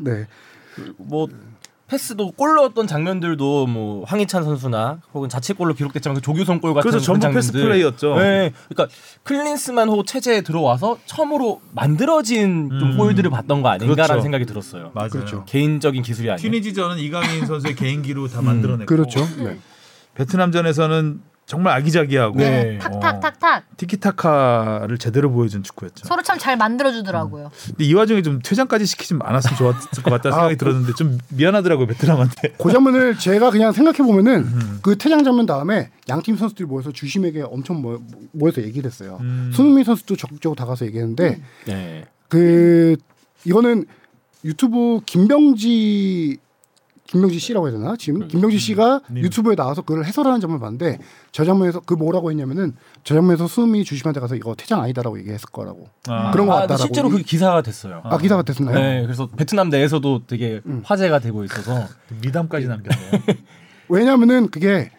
S4: 네.
S5: 뭐 패스도 골 넣었던 장면들도 뭐 황희찬 선수나 혹은 자책골로 기록됐지만 그 조규성 골 같은
S2: 그렇죠. 전부
S5: 장면들.
S2: 패스 플레이였죠.
S5: 네, 그러니까 클린스만 호 체제에 들어와서 처음으로 만들어진 좀
S2: 음.
S5: 골들을 봤던 거 아닌가라는
S2: 그렇죠.
S5: 생각이 들었어요.
S2: 맞아요
S4: 그렇죠.
S5: 개인적인 기술이 아니에요.
S2: 튀니지전은 이강인 선수의 개인기로 다 만들어냈고
S4: 그렇죠. 네.
S2: 음, 베트남전에서는 정말 아기자기하고 어,
S5: 네.
S4: 어.
S1: 탁탁탁탁
S2: 티키타카를 제대로 보여준 축구였죠.
S1: 서로 참 잘 만들어 주더라고요.
S4: 음.
S2: 근데 이 와중에 좀 퇴장까지 시키지 않았으면 좋았을 것 같다는 생각이 들었는데 좀 미안하더라고요 베트남한테. [LAUGHS]
S4: 그 장면을 제가 그냥 생각해 보면은
S2: 음.
S4: 그 퇴장 장면 다음에 양팀 선수들이 모여서 주심에게 엄청 모, 모여서 얘기를 했어요.
S2: 음.
S4: 손흥민 선수도 적극적으로 다가서 얘기했는데
S5: 네.
S4: 그 이거는 유튜브 김병지 김명지 씨라고 해야 되나? 지금
S2: 그렇죠. 음.
S4: 김명지 씨가 유튜브에 나와서 그걸 해설하는 점을 봤는데 저 장면에서 그 뭐라고 했냐면은 저 장면에서 수미 주심한테 가서 이거 퇴장 아니다라고 얘기했을 거라고
S2: 아.
S4: 그런 거
S3: 아, 근데
S4: 같다라고
S3: 실제로 그게 기사가 됐어요.
S4: 아 기사가 됐었나요?
S3: 네, 그래서 베트남 내에서도 되게
S2: 음.
S3: 화제가 되고 있어서
S2: 미담까지 남겼네요.
S4: 왜냐면은 그게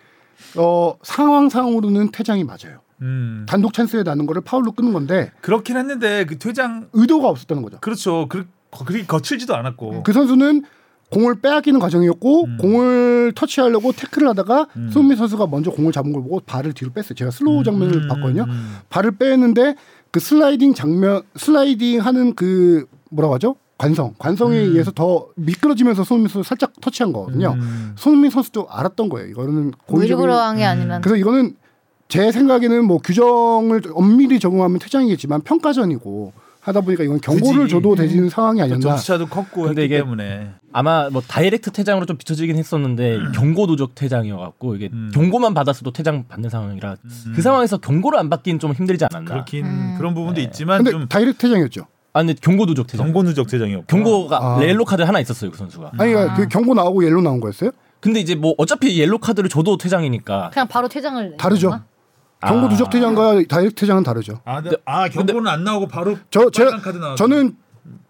S4: 어 상황상으로는 퇴장이 맞아요.
S2: [LAUGHS] 음.
S4: 단독 찬스에 나는 거를 파울로 끄는 건데
S2: 그렇긴 했는데 그 퇴장
S4: 의도가 없었다는 거죠.
S2: 그렇죠. 그 그렇게 거칠지도 않았고.
S4: 그 선수는 공을 빼앗기는 과정이었고
S2: 음.
S4: 공을 터치하려고 태클을 하다가 손흥민 선수가 먼저 공을 잡은 걸 보고 발을 뒤로 뺐어요. 제가 슬로우 장면을
S2: 음,
S4: 봤거든요.
S2: 음.
S4: 발을 빼는데 그 슬라이딩 장면 슬라이딩 하는 그 뭐라고 하죠? 관성 관성에 의해서 더 미끄러지면서 손흥민 선수 살짝 터치한 거거든요.
S2: 음.
S4: 손흥민 선수도 알았던 거예요. 이거는 공식적인-
S1: 일부러 한 게 아니라
S4: 음. 그래서 이거는 제 생각에는 뭐 규정을 엄밀히 적용하면 퇴장이겠지만 평가전이고 하다 보니까 이건 경고를
S2: 그지.
S4: 줘도 되는 상황이
S5: 그렇죠.
S4: 아니었나.
S2: 점수차도 컸고
S5: 근데
S2: 했기
S5: 이게-
S2: 때문에.
S5: 아마 뭐 다이렉트 퇴장으로 좀 비춰지긴 했었는데
S4: 음.
S5: 경고 도적 퇴장이어갖고 이게
S2: 음.
S5: 경고만 받았어도 퇴장 받는 상황이라
S4: 음.
S5: 그 상황에서 경고를 안 받기는 좀 힘들지 않았나.
S2: 그렇긴
S1: 음.
S2: 그런 부분도 있지만
S4: 근데
S2: 좀
S4: 다이렉트 퇴장이었죠.
S5: 아 근데 경고 도적 퇴장.
S2: 경고 누적 재정이었고.
S5: 경고가
S4: 아.
S5: 옐로 카드 하나 있었어요 그 선수가.
S4: 아니 그러니까 그 경고 나오고 옐로 나온 거였어요?
S5: 근데 이제 뭐 어차피 옐로 카드를 줘도 퇴장이니까.
S1: 그냥 바로 퇴장을
S4: 다르죠.
S1: 했나?
S4: 경고
S5: 아.
S4: 누적 퇴장과 다이렉트 퇴장은 다르죠.
S2: 아, 근데- 아 경고는 안 나오고 바로
S4: 저
S2: 빨간
S4: 제가
S2: 카드 나왔
S4: 저는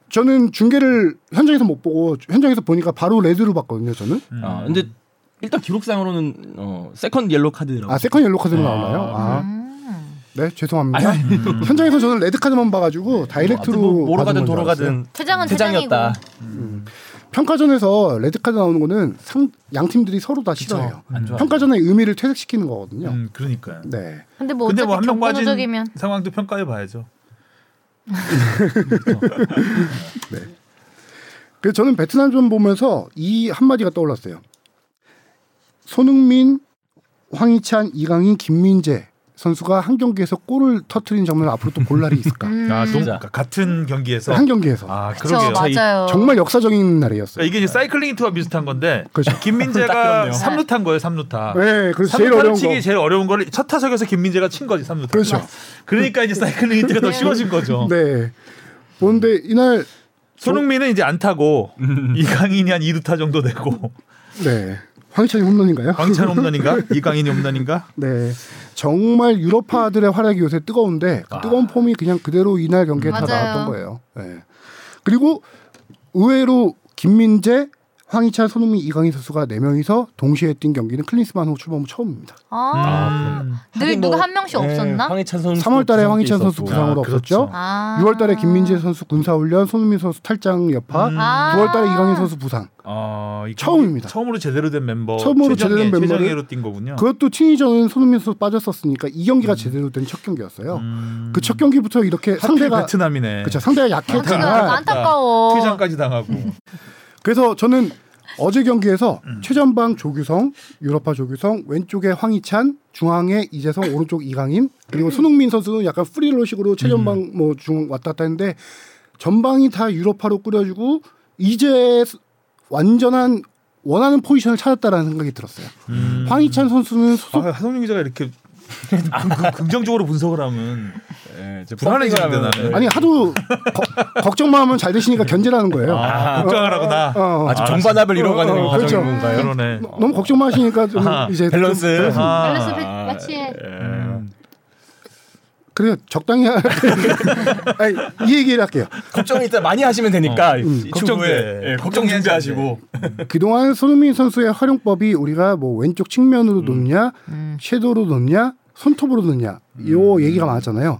S4: 저는 중계를 현장에서 못 보고 현장에서 보니까 바로 레드로 봤거든요. 저는
S5: 아 근데 일단 기록상으로는 어 세컨 옐로 카드라고.
S4: 아 세컨 옐로 카드로 나오나요? 아. 네 죄송합니다. 현장에서 저는 레드 카드만 봐가지고 다이렉트로
S5: 아, 뭐로
S4: 받은
S5: 가든
S4: 건줄
S5: 도로
S4: 알았어요.
S5: 가든
S1: 퇴장은
S5: 퇴장이었다.
S4: 평가전에서 레드카드 나오는 거는 상, 양 팀들이 서로 다 싫어해요.
S5: 안 좋아.
S4: 평가전의 의미를 퇴색시키는 거거든요.
S2: 음, 그러니까요.
S4: 네.
S1: 근데 뭐
S2: 근데
S1: 어차피
S2: 뭐 한 명 빠진
S1: 경고적이면
S2: 상황도 평가해 봐야죠.
S4: 그래서 저는 베트남전 보면서 이 한마디가 떠올랐어요. 손흥민, 황희찬, 이강인, 김민재 선수가 한 경기에서 골을 터트린 장면을 앞으로 또 볼 날이 있을까? 네,
S2: 아, 동,
S5: 진짜.
S2: 같은 경기에서
S4: 음. 한 경기에서.
S2: 아,
S1: 그쵸
S2: 그러게요.
S1: 맞아요.
S4: 그렇죠. 정말 역사적인 날이었어요.
S2: 그러니까 이게 이제 사이클링 투와 비슷한 건데
S4: 그렇죠. [LAUGHS]
S3: 딱
S2: 김민재가
S3: 그렇네요.
S2: 삼루탄 거예요, 그러니까. 삼루타.
S4: 네, 그래서 제일
S2: 3루타를
S4: 어려운 거.
S2: 치기 제일 어려운 거를 첫 타석에서 김민재가 친 거지, 삼루타.
S4: 그렇죠.
S2: 그러니까 이제 사이클링 히트가 더 쉬워진 거죠.
S4: 네. 그런데 이날
S2: 손흥민은 이제 안 타고 이강인이 한 2루타 정도 되고
S4: 네. 황희찬이 홈런인가요?
S2: 광찬
S4: [LAUGHS]
S2: 홈런인가? 이강인이 홈런인가?
S4: 네. 정말 유럽파들의 활약이 요새 뜨거운데 그 뜨거운 폼이 그냥 그대로 이날 경기에 다
S1: 맞아요.
S4: 나왔던 거예요. 네. 그리고 의외로 김민재, 황희찬, 손흥민, 이강인 선수가 네 명이서 동시에 뛴 경기는 클린스만 후 출범 후 처음입니다. 뭐 네,
S1: 아, 늘 누가 한 명씩 없었나?
S5: 황희찬 선수
S4: 3월달에 황희찬 선수
S5: 있었고.
S4: 부상으로
S2: 아,
S4: 없었죠.
S2: 그렇죠.
S1: 아.
S4: 6월달에 김민재 선수 군사훈련, 손흥민 선수 탈장 여파,
S1: 아.
S4: 9월달에 이강인 선수 부상.
S2: 어, 이
S4: 처음입니다.
S2: 처음으로 제대로 된 멤버.
S4: 처음으로
S2: 최정예,
S4: 제대로 된 멤버를-
S2: 최정예로 뛴 거군요.
S4: 그것도 티니저는 손흥민 선수 빠졌었으니까 이 경기가 제대로 된 첫 경기였어요. 그 첫 경기부터 이렇게
S2: 음. 하필
S4: 상대가
S2: 베트남이네.
S4: 그렇죠. 상대가
S1: 지금
S4: 약했지만
S1: 안타까워.
S2: 퇴장까지 당하고.
S4: 그래서 저는 어제 경기에서
S5: 음.
S4: 최전방 조규성, 유럽파 조규성, 왼쪽에 황희찬, 중앙에 이재성, 오른쪽 이강인, 그리고 손흥민 선수는 약간 프리로식으로 최전방
S5: 음.
S4: 뭐 중 왔다 갔다 했는데 전방이 다 유럽파로 꾸려주고 이제 완전한 원하는 포지션을 찾았다라는 생각이 들었어요.
S5: 음.
S4: 황희찬 선수는
S2: 아,
S4: 소속
S2: 하성룡 기자가 이렇게 아, 그 긍- 긍정적으로 분석을 하면
S5: 예, 이제
S2: 불안해지는데
S5: 부상이라면-
S2: 나는.
S4: 아니 하도 거- 걱정만 하면 잘 되시니까 견제라는 거예요.
S2: 아, 걱정하라구나.
S4: 어,
S5: 아직 정반합을 잃어가는
S4: 어, 어,
S5: 과정인
S4: 그렇죠.
S5: 건가요?
S2: 그러네.
S4: 너무 걱정만 하시니까 좀
S2: 아하,
S4: 이제 좀-
S5: 밸런스.
S1: 밸런스
S2: 아,
S1: 배- 배치해.
S4: 네. 그래요 적당히 하... [LAUGHS] 아니, 이 얘기를 할게요.
S5: 걱정이 일단 많이 하시면 되니까
S2: 걱정돼.
S5: 어. 음. 걱정돼. 예, 걱정 준비하시고
S4: 그동안 손흥민 선수의 활용법이 우리가 뭐 왼쪽 측면으로 놓냐, 섀도우로 놓냐, 손톱으로 놓냐 요 얘기가 많았잖아요.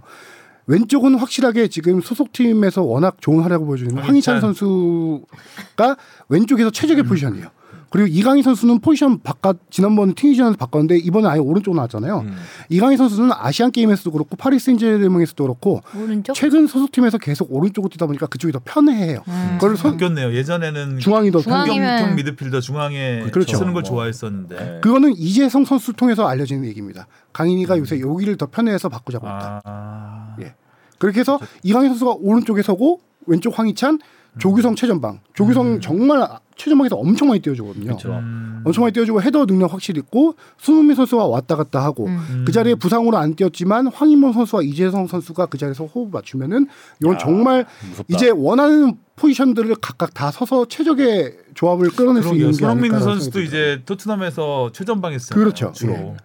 S4: 왼쪽은 확실하게 지금 소속팀에서 워낙 좋은 활약을 보여주는 황희찬
S2: 황희찬.
S4: 선수가 왼쪽에서 최적의 포지션이에요. 그리고 이강인 선수는 포지션 바깥 지난번 티니지에서 바꿨는데 이번에 아예 오른쪽 나왔잖아요. 이강인 선수는 아시안 게임에서도 그렇고 파리 생제르맹에서도 그렇고
S1: 오른쪽.
S4: 최근 소속팀에서 계속 오른쪽으로 뛰다 보니까 그쪽이 더 편해해요. 그걸 손-
S2: 바뀌었네요. 예전에는
S4: 중앙이 더
S1: 음. 중앙-
S4: 편해요.
S2: 공격형
S1: 중앙이면-
S2: 미드필더 중앙에
S4: 그렇죠.
S2: 쓰는 걸
S5: 뭐.
S2: 좋아했었는데.
S4: 그거는 이재성 선수를 통해서 알려지는 얘기입니다. 강인이가 요새 여기를 더 편해해서 바꾸자고 했다.
S2: 음. 아, 그렇죠.
S4: 예. 그렇게 해서 이강인 선수가 오른쪽에 서고 왼쪽 황희찬,
S2: 음.
S4: 조규성 최전방. 조규성 정말 최전방에서 엄청 많이 뛰어주거든요.
S2: 음.
S4: 엄청 많이 뛰어주고 헤더 능력 확실히 있고 손흥민 선수와 왔다 갔다 하고
S1: 음.
S4: 그 자리에 부상으로 안 뛰었지만 황인범 선수와 이재성 선수가 그 자리에서 호흡 맞추면은
S2: 아.
S4: 이건 정말
S5: 무섭다.
S4: 이제 원하는 포지션들을 각각 다 서서 최적의 조합을 끌어낼 수
S2: 그러게요.
S4: 있는 게
S2: 손흥민
S4: 아닐까라는
S2: 선수도
S4: 생각이
S2: 이제 토트넘에서 최전방 했어요.
S4: 그렇죠.
S2: 주로.
S4: 예.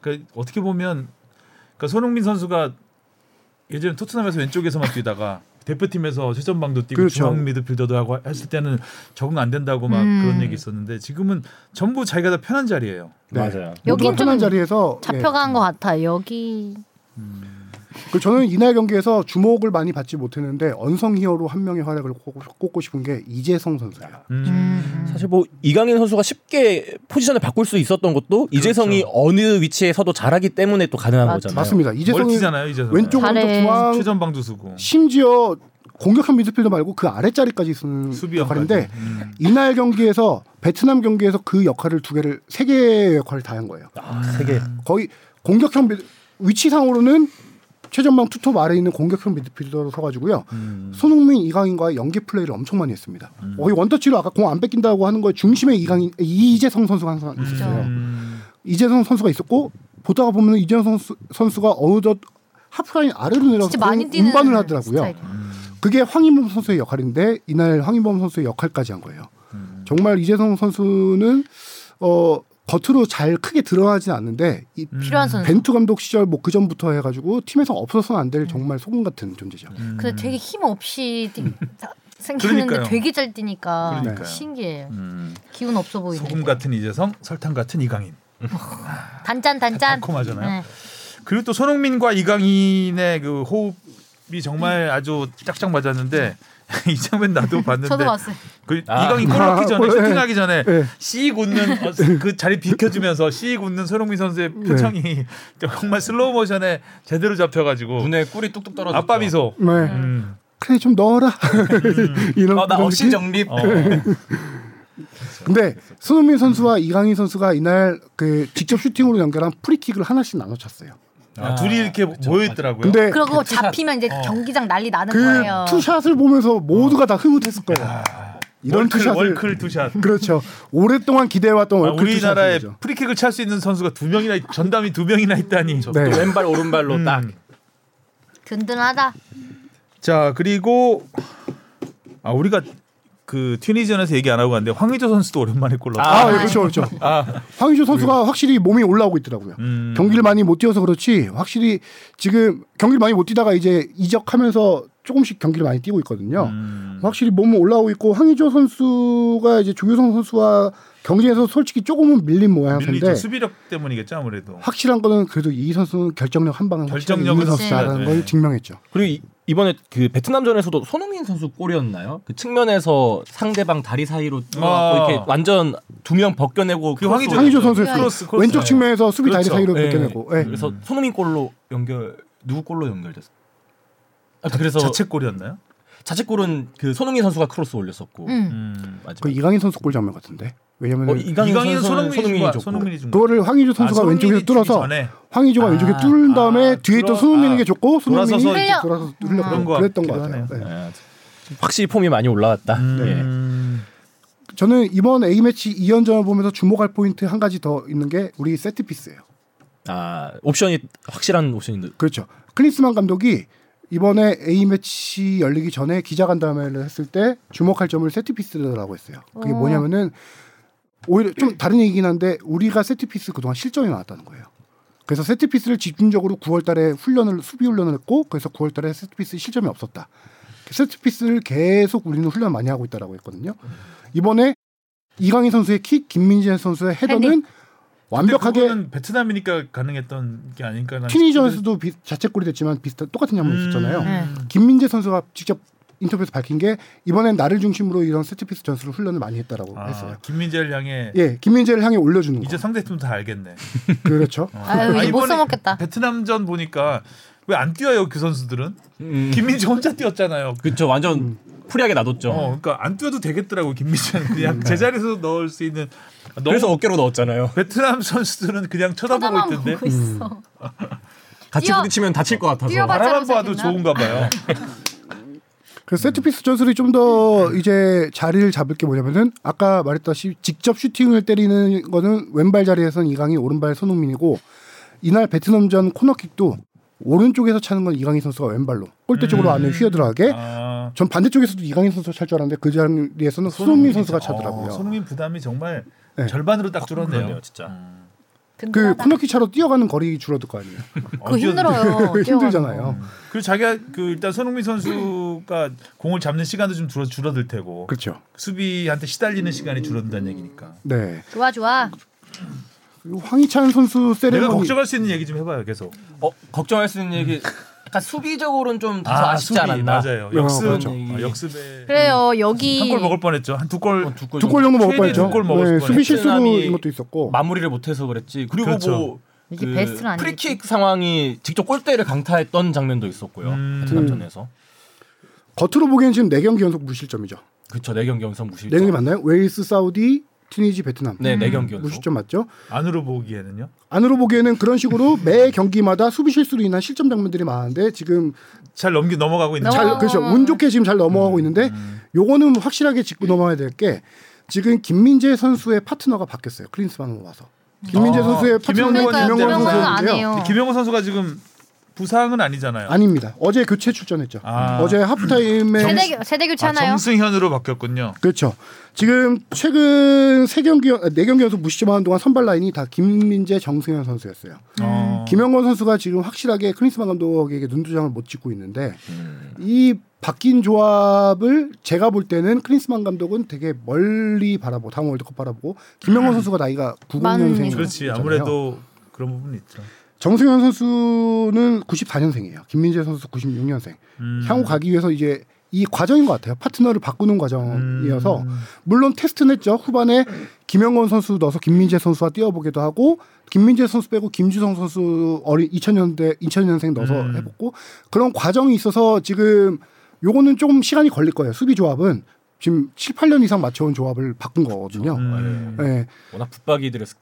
S2: 그러니까 어떻게 보면 그러니까 손흥민 선수가 예전에 토트넘에서 왼쪽에서만 뛰다가 대표팀에서 최전방도 뛰고
S4: 그렇죠.
S2: 중앙 미드필더도 하고 했을 때는 적응 안 된다고 막
S1: 음.
S2: 그런 얘기 있었는데 지금은 전부 자기가 다 편한 자리예요.
S5: 맞아요.
S4: 모두가
S1: 여긴
S4: 편한
S1: 좀
S4: 자리에서 예.
S1: 잡혀간 것 같아. 여기
S4: 그 저는 이날 경기에서 주목을 많이 받지 못했는데 언성 히어로 한 명의 활약을 꼽- 꼽고 싶은 게 이재성 선수예요.
S2: 음.
S1: 음.
S5: 사실 뭐 이강인 선수가 쉽게 포지션을 바꿀 수 있었던 것도 이재성이 어느 위치에서도 잘하기 때문에 또 가능한
S1: 맞-
S5: 거잖아요.
S4: 맞습니다. 이재성이
S2: 네. 멀티잖아요, 이제.
S4: 왼쪽 오른쪽
S1: 잘해.
S4: 중앙
S2: 최전방 두수고
S4: 심지어 공격형 미드필더 말고 그 아래 자리까지 쓰는 역할인데
S2: 수비형까지. 음.
S4: 이날 경기에서 베트남 경기에서 그 역할을 두 개를 세 개의 역할을 다 한 거예요.
S5: 아, 세계
S4: 거의 공격형 미드- 위치상으로는 최전방 투톱 아래 있는 공격형 미드필더로 서가지고요.
S5: 음.
S4: 손흥민, 이강인과의 연계 플레이를 엄청 많이 했습니다. 거의 원터치로 아까 공 안 뺏긴다고 하는 거에 중심에 이강인, 이재성 선수가 항상 있었어요.
S2: 음.
S4: 이재성 선수가 있었고 보다가 보면 이재성 선수, 선수가 어느덧 하프라인 아래로 내려서
S1: 진짜 많이 뛰는
S4: 운반을 하더라고요.
S1: 스타일이야.
S2: 음.
S4: 그게 황인범 선수의 역할인데 이날 황인범 선수의 역할까지 한 거예요. 정말 이재성 선수는 어 겉으로 잘 크게 드러나진 않는데 이
S1: 필요한 선수.
S4: 벤투 감독 시절 뭐 그 전부터 해가지고 팀에서 없어서는 안
S1: 음.
S4: 될 정말 소금 같은 존재죠.
S1: 근데 되게 힘 없이
S4: [LAUGHS]
S1: 뛰- 다- 생기는데
S2: 그러니까요.
S1: 되게 잘 뛰니까
S2: 그러니까요.
S1: 신기해요.
S2: 음.
S1: 기운 없어 보이네.
S2: 소금 같은 이재성, 설탕 같은 이강인.
S1: 단짠 단짠.
S2: 달콤하잖아요.
S1: 네.
S2: 그리고 또 손흥민과 이강인의 그 호흡이
S1: 음.
S2: 정말 아주 짝짝 맞았는데 [LAUGHS] 이 장면 나도 봤는데
S1: 저도 봤어요.
S4: 네,
S2: 그
S5: 아.
S2: 이강인 골 넣기 전에
S4: 아,
S2: 슈팅하기 전에
S4: 예.
S2: 씩 웃는 어, 그 자리 비켜주면서 씩 웃는 손흥민 선수의
S4: 네.
S2: 표정이 [LAUGHS] 정말 슬로우 모션에 제대로 잡혀가지고
S3: 눈에 꿀이 뚝뚝 떨어져.
S2: 아빠 미소.
S4: 네.
S2: 음.
S4: 그래 좀 넣어라. [LAUGHS] 이런
S3: 어, 나
S4: 그런
S3: 없이
S4: 느낌?
S3: 정립.
S2: 어.
S5: [LAUGHS]
S4: 근데 손흥민 선수와 이강인 선수가 이날 그 직접 슈팅으로 연결한 프리킥을 하나씩 나눠 쳤어요.
S2: 아, 둘이 이렇게 모여 있더라고요.
S4: 근데
S1: 그러고 잡히면
S2: 어.
S1: 이제 경기장 난리 나는
S4: 그
S1: 거예요.
S4: 투샷을 보면서 모두가 다 흐뭇했을 거예요. 이런
S2: 월클,
S4: 투샷을
S2: 월클 투샷.
S4: 그렇죠. 오랫동안 기대해왔던
S2: 아,
S4: 월클
S2: 우리나라에
S4: 투샷이죠.
S2: 프리킥을 찰 수 있는 선수가 두 명이나 전담이 두 명이나 있다니.
S4: 네.
S3: 또 왼발 오른발로
S2: 음.
S3: 딱.
S1: 든든하다.
S2: 자 그리고 아 우리가 그 튀니전에서 얘기 안 하고 갔는데 황의조 선수도 오랜만에 골 넣었다.
S4: 아, 예, 그렇죠, 그렇죠. 황희조 선수가 확실히 몸이 올라오고 있더라고요.
S2: 네. 음.
S4: 경기를 많이 못 뛰어서 그렇지 확실히 지금 경기를 많이 못 뛰다가 이제 이적하면서 조금씩 경기를 많이 뛰고 있거든요.
S2: 음.
S4: 확실히 몸은 올라오고 있고 황희조 선수가 이제 조규성 선수와 경기에서 솔직히 조금은 밀린 모양인데
S2: 밀리죠. 아, 수비력 때문이겠죠 아무래도.
S4: 확실한 거는 그래도 이 선수는 결정력 한 방은 확실히
S2: 결정력은
S4: 있는 선수다라는
S2: 확실하죠.
S4: 걸
S2: 예.
S4: 증명했죠.
S5: 그리고 이- 이번에 그 베트남전에서도 손
S3: 손흥민 선수 골이었나요? 그 측면에서 상대방 다리 사이로 들어가고
S2: 아.
S3: 이렇게 완전 두 명 벗겨내고
S2: 그 황의조
S4: 황희조 선수의
S2: 크로스,
S4: 수-
S2: 크로스.
S4: 왼쪽 측면에서 수비
S2: 그렇죠.
S4: 다리 사이로
S3: 예.
S4: 벗겨내고 예.
S3: 그래서 손흥민 골로 연결 누구 골로 연결됐어? 아, 그래서
S2: 자책골이었나요?
S3: 자책골은 그 손흥민 선수가 크로스 올렸었고
S1: 음.
S2: 음.
S3: 맞아.
S4: 그 이강인 선수 골 장면 같은데 왜냐면
S3: 어,
S4: 은
S3: 이강인,
S2: 이강인은
S3: 선수는 손흥민이
S2: 손흥민이
S3: 좋고
S2: 준 거야. 손흥민이 준 거야. 아,
S4: 그거를 황희조 선수가
S2: 손흥민이
S4: 왼쪽에서
S2: 주기
S4: 뚫어서
S2: 전에.
S4: 황희조가
S3: 아,
S4: 왼쪽에 뚫은
S2: 아,
S4: 다음에 뒤에
S2: 들어-
S4: 있던 손흥민에게
S2: 아,
S4: 줬고 손흥민이
S2: 돌아서서
S4: 이렇게
S1: 이제-
S4: 돌아서 뚫려고
S2: 그런 거
S4: 그랬던 것
S2: 같기도
S4: 같아요.
S2: 하네요.
S4: 예.
S5: 예, 확실히 폼이 많이 올라갔다.
S3: 음.
S5: 예.
S4: 네.
S2: 음.
S4: 저는 이번 A 매치 2연전을 보면서 주목할 포인트 한 가지 더 있는 게 우리 세트 피스예요.
S5: 아 옵션이 확실한 옵션인데
S4: 그렇죠. 클린스만 감독이 이번에 A 매치 열리기 전에 기자간담회를 했을 때 주목할 점을 세트 피스라고 했어요. 그게
S1: 어.
S4: 뭐냐면은 오히려 좀 다른 얘기긴 한데 우리가 세트 피스 그동안 실점이 많았다는 거예요. 그래서 세트 피스를 집중적으로 9월달에 훈련을 수비 훈련을 했고 그래서 9월달에 세트 피스 실점이 없었다. 세트 피스를 계속 우리는 훈련 많이 하고 있다라고 했거든요. 이번에 이강인 선수의 킥, 김민재 선수의 헤더는 완벽하게
S2: 완벽하게 베트남이니까 가능했던 게 아닌가. 라는
S4: 튀니전에서도 비- 자책골이 됐지만 비슷한 똑같은 장면이 있었잖아요.
S1: 음.
S4: 김민재 선수가 직접 인터뷰에서 밝힌 게 이번엔 나를 중심으로 이런 세트피스 전술을 훈련을 많이 했다라고
S2: 아,
S4: 했어요.
S2: 김민재를 향해
S4: 예, 김민재를 향해 올려주는 거.
S2: 이제 상대팀도 다 알겠네.
S4: [LAUGHS] 그렇죠.
S1: 아유
S2: 아,
S1: 이제 못
S2: 이번에
S1: 써먹겠다.
S2: 베트남전 보니까 왜 안 뛰어요 그 선수들은?
S4: 음.
S2: 김민재 혼자 뛰었잖아요.
S3: 그쵸 완전 프리하게 놔뒀죠.
S2: 어, 그러니까 안 뛰어도 되겠더라고 김민재는
S4: 음,
S2: 그냥
S4: 네.
S2: 제자리에서 넣을 수 있는. 너무
S3: 그래서 어깨로 넣었잖아요.
S2: 베트남 선수들은 그냥 쳐다보고
S1: 쳐다만
S2: 있던데
S1: 보고
S4: 음.
S1: 있어.
S3: 같이
S1: 뛰어-
S3: 부딪히면 다칠 것 같아서.
S1: 뛰어봐.
S4: 네.
S2: 바라만 봐도
S1: 생겼나?
S2: 좋은가 봐요.
S4: 그 세트피스 전술이 좀 더 이제 자리를 잡을 게 뭐냐면은 아까 말했다시피 직접 슈팅을 때리는 거는 왼발 자리에선 이강인 오른발 손흥민이고 이날 베트남전 코너킥도 오른쪽에서 차는 건 이강인 선수가 왼발로 골대 쪽으로 안에 휘어 들어가게
S2: 음. 아,
S4: 전 반대쪽에서도 이강인 선수가 찰 줄 알았는데 그 자리에서는 손흥민 선수가 차더라고요.
S2: 어, 손흥민 부담이 정말
S4: 네.
S2: 절반으로 딱 줄었네요.
S3: 그러네요, 진짜.
S4: 그 코너킥 차로 뛰어가는 거리 줄어들 거 아니에요.
S1: 그 힘들어요. 뛰어가는
S4: [LAUGHS] 힘들잖아요.
S2: 그리고 자기가 그 일단 손흥민 선수가 공을 잡는 시간도 좀 줄어 줄어들 테고
S4: 그렇죠.
S2: 수비한테 시달리는 시간이 줄어든다는 얘기니까.
S4: 네.
S1: 거. 좋아 좋아.
S2: 음.
S4: 그리고 황희찬 선수
S2: 내가
S4: 세레머니
S2: 걱정할 수 있는 얘기 좀 해봐요 계속.
S3: 어, 걱정할 수 있는 얘기. 약간 수비적으로는 좀 다소 아, 쉽지
S2: 수비,
S3: 않았나.
S2: 맞아요.
S4: 어,
S2: 역습
S4: 그렇죠.
S2: 아, 역습에
S1: 그래요 여기
S2: 한 골 먹을 뻔했죠. 한 두 골
S3: 두골
S4: 두 골 정도 먹을
S2: 최대
S4: 뻔했죠.
S2: 두골 먹을
S4: 네,
S2: 뻔했죠.
S4: 수비 실수도
S3: 베트남이
S4: 이런 것도 있었고.
S3: 마무리를 못해서 그랬지. 그리고
S2: 그렇죠.
S3: 뭐
S1: 이게
S3: 그
S1: 베스트는 아니겠지.
S3: 프리킥 상황이 직접 골대를 강타했던 장면도 있었고요.
S2: 음.
S3: 베트남전에서.
S4: 겉으로 보기엔 지금 네 경기 연속 무실점이죠.
S3: 그쵸 네 경기 연속 무실점.
S4: 네 경기 맞나요? 웨일스, 사우디, 티니지, 베트남.
S3: 네, 네 경기 연속.
S4: 무실점 맞죠?
S2: 안으로 보기에는요.
S4: 안으로 보기에는 그런 식으로 매 경기마다 수비 실수로 인한 실점 장면들이 많은데 지금
S2: 잘 넘기 넘어가고 있는.
S1: 넘어-
S4: 잘 그렇죠. 운 좋게 지금 잘
S2: 음.
S4: 넘어가고 있는데 요거는 확실하게 짚고 넘어가야 될 게 지금 김민재 선수의 파트너가 바뀌었어요. 클린스만 와서. 김민재
S2: 아,
S4: 선수의 파트너는
S2: 김영권,
S1: 그러니까
S2: 김영건
S1: 김영건
S2: 선수는
S1: 안
S4: 선수인데요.
S1: 해요.
S2: 김영호 선수가 지금 부상은 아니잖아요.
S4: 아닙니다. 어제 교체 출전했죠.
S2: 아.
S4: 어제 하프타임에
S1: 세대 세대
S2: 아,
S1: 교체하나요?
S2: 정승현으로 바뀌었군요.
S4: 그렇죠. 지금 최근 세 경기 네 경기 연속 무시점하는 동안 선발 라인이 다 김민재, 정승현 선수였어요.
S1: 음.
S2: 어.
S4: 김영건 선수가 지금 확실하게 크리스만 감독에게 눈두장을 못 찍고 있는데 이 바뀐 조합을 제가 볼 때는 크리스만 감독은 되게 멀리 바라보고 다음 월드컵 바라보고 김영건 선수가 나이가 90년생이에요.
S1: 음. 맞네요.
S2: 그렇지 아무래도 그런 부분이 있죠.
S4: 정승현 선수는 94년생이에요. 김민재 선수 96년생.
S2: 음.
S4: 향후 가기 위해서 이제 이 과정인 것 같아요. 파트너를 바꾸는 과정이어서
S2: 음.
S4: 물론 테스트는 했죠. 후반에 김영건 선수 넣어서 김민재 선수와 뛰어보기도 하고 김민재 선수 빼고 김주성 선수 어린 2000년대 2000년생 넣어서
S2: 음.
S4: 해봤고 그런 과정이 있어서 지금 요거는 조금 시간이 걸릴 거예요. 수비 조합은 지금 7, 8년 이상 맞춰온 조합을 바꾼 거거든요.
S2: 음.
S4: 예.
S3: 워낙 붙박이들에서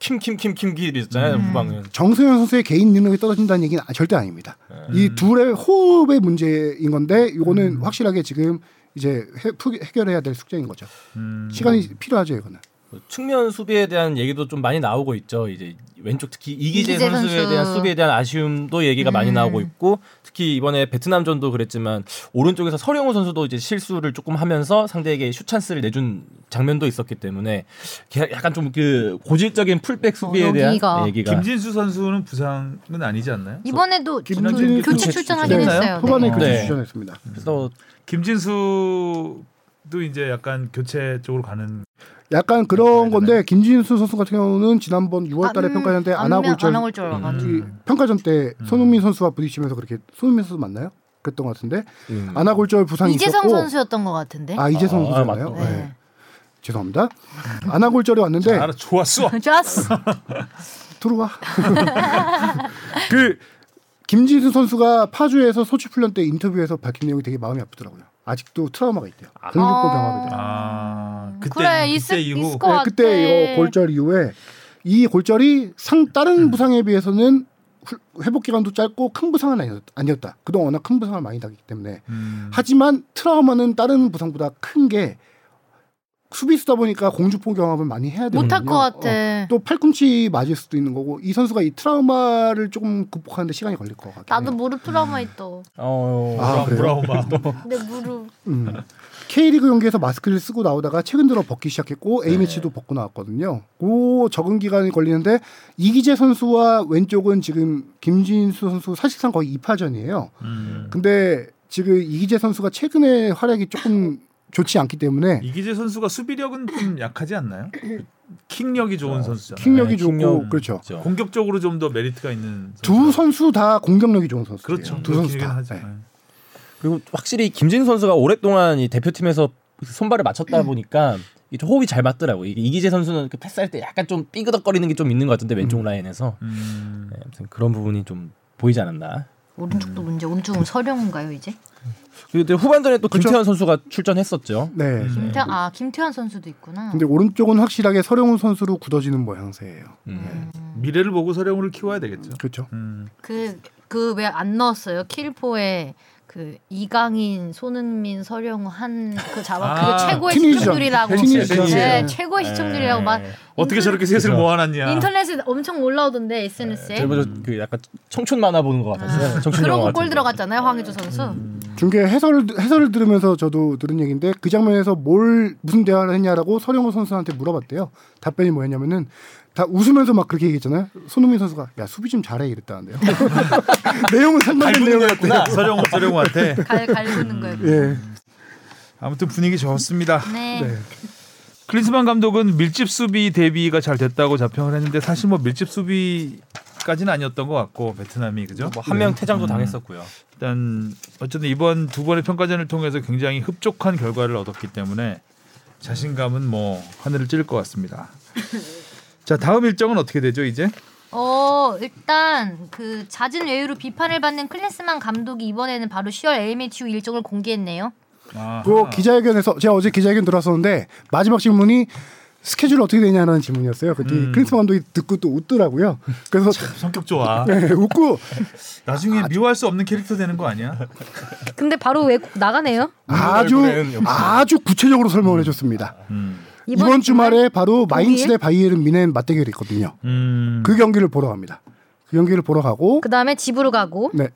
S3: 킴킴킴킴길이었잖아요. 후방은.
S4: 정승현 선수의 개인 능력이 떨어진다는 얘기는 아- 절대 아닙니다.
S5: 음.
S4: 이 둘의 호흡의 문제인 건데 이거는 확실하게 지금 이제 해, 푸- 해결해야 될 숙제인 거죠.
S2: 음.
S4: 시간이 필요하죠 이거는.
S5: 그 측면 수비에 대한 얘기도 좀 많이 나오고 있죠. 이제 왼쪽 특히 이기재,
S1: 이기재
S5: 선수에
S1: 선수.
S5: 대한 수비에 대한 아쉬움도 얘기가 많이
S1: 음.
S5: 나오고 있고 특히 이번에 베트남전도 그랬지만 오른쪽에서 서령우 선수도 이제 실수를 조금 하면서 상대에게 슛 찬스를 내준 장면도 있었기 때문에 걔 약간 좀 그 고질적인 풀백 수비에
S1: 어,
S5: 대한
S1: 여기가.
S5: 얘기가
S2: 김진수 선수는 부상은 아니지 않나요?
S1: 예. 이번에도
S4: 김민재
S1: 그 교체
S4: 교체
S1: 출전하긴
S4: 출전했나요?
S1: 했어요.
S4: 후반에
S1: 네.
S4: 교체
S5: 네.
S4: 출전했습니다.
S5: 그래서
S2: 김진수도 이제 약간 교체 쪽으로 가는.
S4: 약간
S5: 네.
S4: 그런 건데 김진수 선수 같은 경우는 지난번 6월달에
S1: 아, 음. 안-
S4: 뭐 평가전때 안 하고
S1: 명-
S4: 있죠.
S1: 안 하고 올줄 알아가지고.
S4: 이 평가전 때
S5: 음.
S4: 손흥민 선수와 부딪히면서 그렇게 손흥민 선수 맞나요? 그랬던 것 같은데 안 하고 올 부상이
S1: 음. 이재성
S4: 있었고
S1: 선수였던 것 같은데. [LAUGHS]
S4: 아 이재성
S5: 음. 아,
S4: 선수였나요?
S5: 맞다.
S4: 네. 죄송합니다. 안 하고 올절이 왔는데
S2: 알아 좋았어.
S1: 음.
S4: 음.
S1: 좋았어.
S4: 들어와. [LAUGHS] 그 김진수 선수가 파주에서 소치 훈련 때 인터뷰에서 밝힌 내용이 되게 마음이 아프더라고요. 아직도 트라우마가 있대요. 공중부 병합이 돼요.
S2: 아 그때
S1: 그래
S2: 그때
S1: 있을
S2: 이후
S1: 있을 것 같아.
S4: 그때 이거 골절 이후에 이 골절이 상 다른 부상에 비해서는 훌- 회복 기간도 짧고 큰 부상은 아니었- 아니었다. 그동안 워낙 큰 부상을 많이 당했기 때문에.
S2: 음.
S4: 하지만 트라우마는 다른 부상보다 큰 게 수비수다 보니까 공주포 경합을 많이 해야 되거든요.
S1: 못할 것 같아.
S4: 어, 또 팔꿈치 맞을 수도 있는 거고 이 선수가 이 트라우마를 조금 극복하는데 시간이 걸릴 것 같아요.
S1: 나도 무릎 트라우마 있어.
S5: 어,
S4: 아, 그래요?
S2: 브라우마.
S1: 내 무릎.
S4: 음. K리그 경기에서 마스크를 쓰고 나오다가 최근 들어
S2: 네.
S4: 벗기 시작했고 A매치도 벗고 나왔거든요. 고 적응 기간이 걸리는데 이기재 선수와 왼쪽은 지금 김진수 선수 사실상 거의 2파전이에요.
S2: 음.
S4: 근데 지금 이기재 선수가 최근에 활약이 조금 좋지 않기 때문에
S2: 이기재 선수가 수비력은 좀 약하지 않나요? 킥력이 좋은 선수잖아요.
S4: 킥력이
S5: 네,
S4: 좋고
S5: 킥력.
S4: 그렇죠.
S2: 공격적으로 좀 더 메리트가 있는
S4: 두
S2: 선수죠.
S4: 선수 다 공격력이 좋은 선수.
S2: 그렇죠.
S4: 두 선수
S2: 그렇긴
S4: 다.
S2: 하죠. 음.
S4: 네.
S5: 그리고 확실히 김진 선수가 오랫동안 이 대표팀에서 선발을 맡았다 보니까 이 호흡이 잘 맞더라고. 이게 이기재 선수는 그 패스할 때 약간 좀 삐그덕거리는 게 좀 있는 것 같은데 왼쪽 라인에서
S2: 음.
S5: 네, 아무튼 그런 부분이 좀 보이지 않았나.
S1: 오른쪽도 문제. 오른쪽은 서령인가요 이제?
S5: 그리고 또 후반전에 또 김태현 선수가 출전했었죠.
S4: 네.
S1: 김태 아 김태환 선수도 있구나.
S4: 근데 오른쪽은 확실하게 서령훈 선수로 굳어지는 모양새예요.
S5: 음.
S2: 미래를 보고 서령우를 키워야 되겠죠.
S4: 그렇죠.
S2: 음.
S1: 그 그 왜 안 넣었어요? 킬포에 그 이강인, 손흥민, 서령우 한그 잡아
S2: 아,
S1: 그게 최고의
S4: 티니저.
S1: 시청률이라고
S4: 티니저.
S1: 네, 최고의 시청률이라고 막
S5: 네.
S2: 어떻게 저렇게 셋을
S5: 그죠.
S2: 모아놨냐.
S1: 인터넷에 엄청 올라오던데 SNS에
S5: 제가 먼저 그 약간 청춘 만화 보는 것 같았어요. 청춘 영화
S1: 아, 그러고 골
S5: 같은 거.
S1: 들어갔잖아요 황의조 선수.
S4: 중계 해설을 해설을 들으면서 저도 들은 얘기인데 그 장면에서 뭘 무슨 대화를 했냐라고 서령호 선수한테 물어봤대요. 답변이 뭐였냐면은 다 웃으면서 막 그렇게 얘기했잖아요. 손흥민 선수가 야 수비 좀 잘해 이랬다는데요. [LAUGHS] 내용은 상반된 내용이었대요.
S2: 서령호 서령호한테
S1: 갈 갈구는 거예요.
S4: 예.
S2: 아무튼 분위기 좋았습니다.
S1: 네.
S2: 클린스만 감독은 밀집 수비 대비가 잘 됐다고 자평을 했는데 사실 뭐 밀집 수비까지는 아니었던 것 같고 베트남이 그죠?
S5: 뭐한 명 퇴장도 당했었고요.
S2: 일단 어쨌든 이번 두 번의 평가전을 통해서 굉장히 흡족한 결과를 얻었기 때문에 자신감은 뭐 하늘을 찔 것 같습니다. 자 다음 일정은 어떻게 되죠 이제?
S1: 어 일단 그 잦은 외유로 비판을 받는 클래스만 감독이 이번에는 바로 10월 AMHU 일정을 공개했네요.
S2: 아.
S4: 그 기자회견에서 제가 어제 기자회견 들어왔었는데 마지막 질문이 스케줄 어떻게 되냐는 질문이었어요. 그때 크린스 감독이 듣고 또 웃더라고요. 그래서
S2: 성격 좋아.
S4: [LAUGHS] 예, 웃고
S2: 나중에 미워할 수 없는 캐릭터 되는 거 아니야?
S1: 근데 바로 외국 나가네요.
S4: 아주
S5: 얼굴은 역시.
S4: 아주 구체적으로 설명을 해줬습니다.
S2: 음.
S4: 이번, 주말에 바로 마인츠 대 바이에른 미넨 맞대결이 있거든요.
S2: 음.
S4: 그 경기를 보러 갑니다. 그 경기를 보러 가고
S1: 그 다음에 집으로 가고
S4: 네.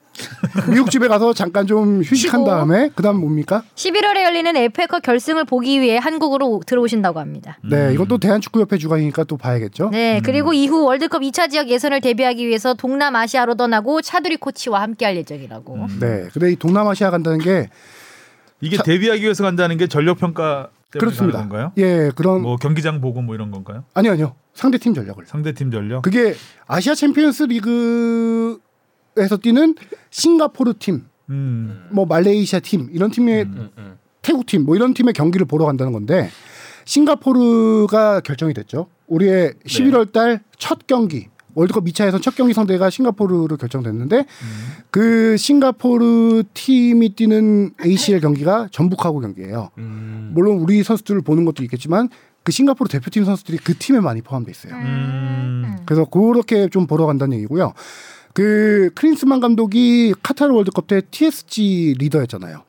S4: 미국 집에 가서 잠깐 좀 휴식한
S1: 쉬고.
S4: 다음에 그다음 뭡니까?
S1: 11월에 열리는 FA컵 결승을 보기 위해 한국으로 오- 들어오신다고 합니다.
S2: 음.
S4: 네, 이건 또 대한축구협회 주관이니까 또 봐야겠죠.
S1: 네, 그리고 이후 월드컵 2차 지역 예선을 대비하기 위해서 동남아시아로 떠나고 차두리 코치와 함께할 예정이라고.
S2: 음.
S4: 네, 근데 이 동남아시아 간다는 게
S2: 이게 데뷔하기 위해서 간다는 게 전력 평가 때문에 가는
S4: 그렇습니다.
S2: 건가요?
S4: 예, 그런
S2: 뭐 경기장 보고 뭐 이런 건가요?
S4: 아니요, 아니요. 상대 팀 전력을.
S2: 상대 팀 전력?
S4: 그게 아시아 챔피언스 리그에서 뛰는 싱가포르 팀,
S2: 음.
S4: 뭐 말레이시아 팀 이런 팀의
S5: 음,
S4: 태국 팀 뭐 이런 팀의 경기를 보러 간다는 건데 싱가포르가 결정이 됐죠. 우리의 11월 달 첫 경기 월드컵 2차에서 첫 경기 상대가 싱가포르로 결정됐는데 그 싱가포르 팀이 뛰는 ACL 경기가 전북하고 경기예요.
S5: 음.
S4: 물론 우리 선수들을 보는 것도 있겠지만 그 싱가포르 대표팀 선수들이 그 팀에 많이 포함돼 있어요.
S2: 음.
S4: 그래서 그렇게 좀 보러 간다는 얘기고요. 그 크린스만 감독이 카타르 월드컵 때 TSG 리더였잖아요.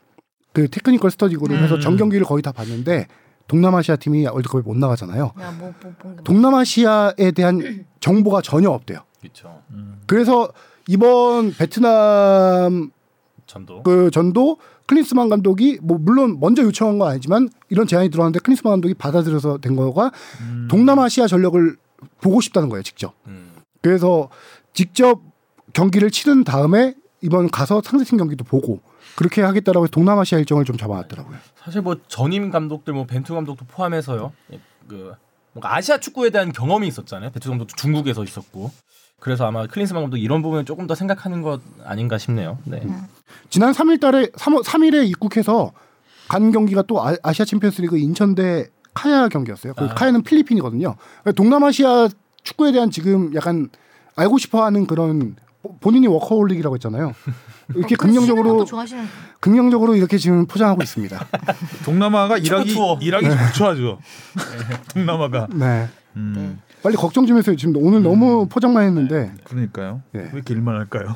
S4: 그 테크니컬 스터디 그룹 해서 전 경기를 거의 다 봤는데 동남아시아 팀이 월드컵에 못 나가잖아요.
S1: 야, 뭐, 뭐, 뭐, 뭐.
S4: 동남아시아에 대한 정보가 전혀 없대요.
S5: 그렇죠.
S4: 그래서 이번 베트남
S5: 전도.
S4: 그 전도 클린스만 감독이 뭐 물론 먼저 요청한 건 아니지만 이런 제안이 들어왔는데 클린스만 감독이 받아들여서 된 거가 동남아시아 전력을 보고 싶다는 거예요, 직접.
S5: 음.
S4: 그래서 직접 경기를 치른 다음에 이번 가서 상대팀 경기도 보고 그렇게 하겠다라고 해서 동남아시아 일정을 좀 잡아놨더라고요.
S5: 사실 뭐 전임 감독들 뭐 벤투 감독도 포함해서요. 그 뭔가 아시아 축구에 대한 경험이 있었잖아요. 벤투 감독도 중국에서 있었고. 그래서 아마 클린스만 감독 이런 부분을 조금 더 생각하는 것 아닌가 싶네요. 네.
S4: 음. 지난 3일달에 3월 3일에 입국해서 간 경기가 또 아, 아시아 챔피언스리그 인천대 카야 경기였어요. 그 카야는 필리핀이거든요. 그러니까 동남아시아 축구에 대한 지금 약간 알고 싶어하는 그런 보- 본인이 워커홀릭이라고 했잖아요. 이렇게
S1: 그 쉬는 것도
S4: 긍정적으로
S1: 좋아하시는
S4: 긍정적으로 이렇게 지금 포장하고 [LAUGHS] 있습니다.
S2: 동남아가 이락이
S5: 투어.
S2: 이락이 좋죠. 동남아가.
S4: 네.
S2: 음.
S4: 빨리 걱정 좀 해서 지금 오늘 너무 포장만 했는데
S2: 그러니까요.
S4: 예.
S2: 왜 이렇게 일만 할까요?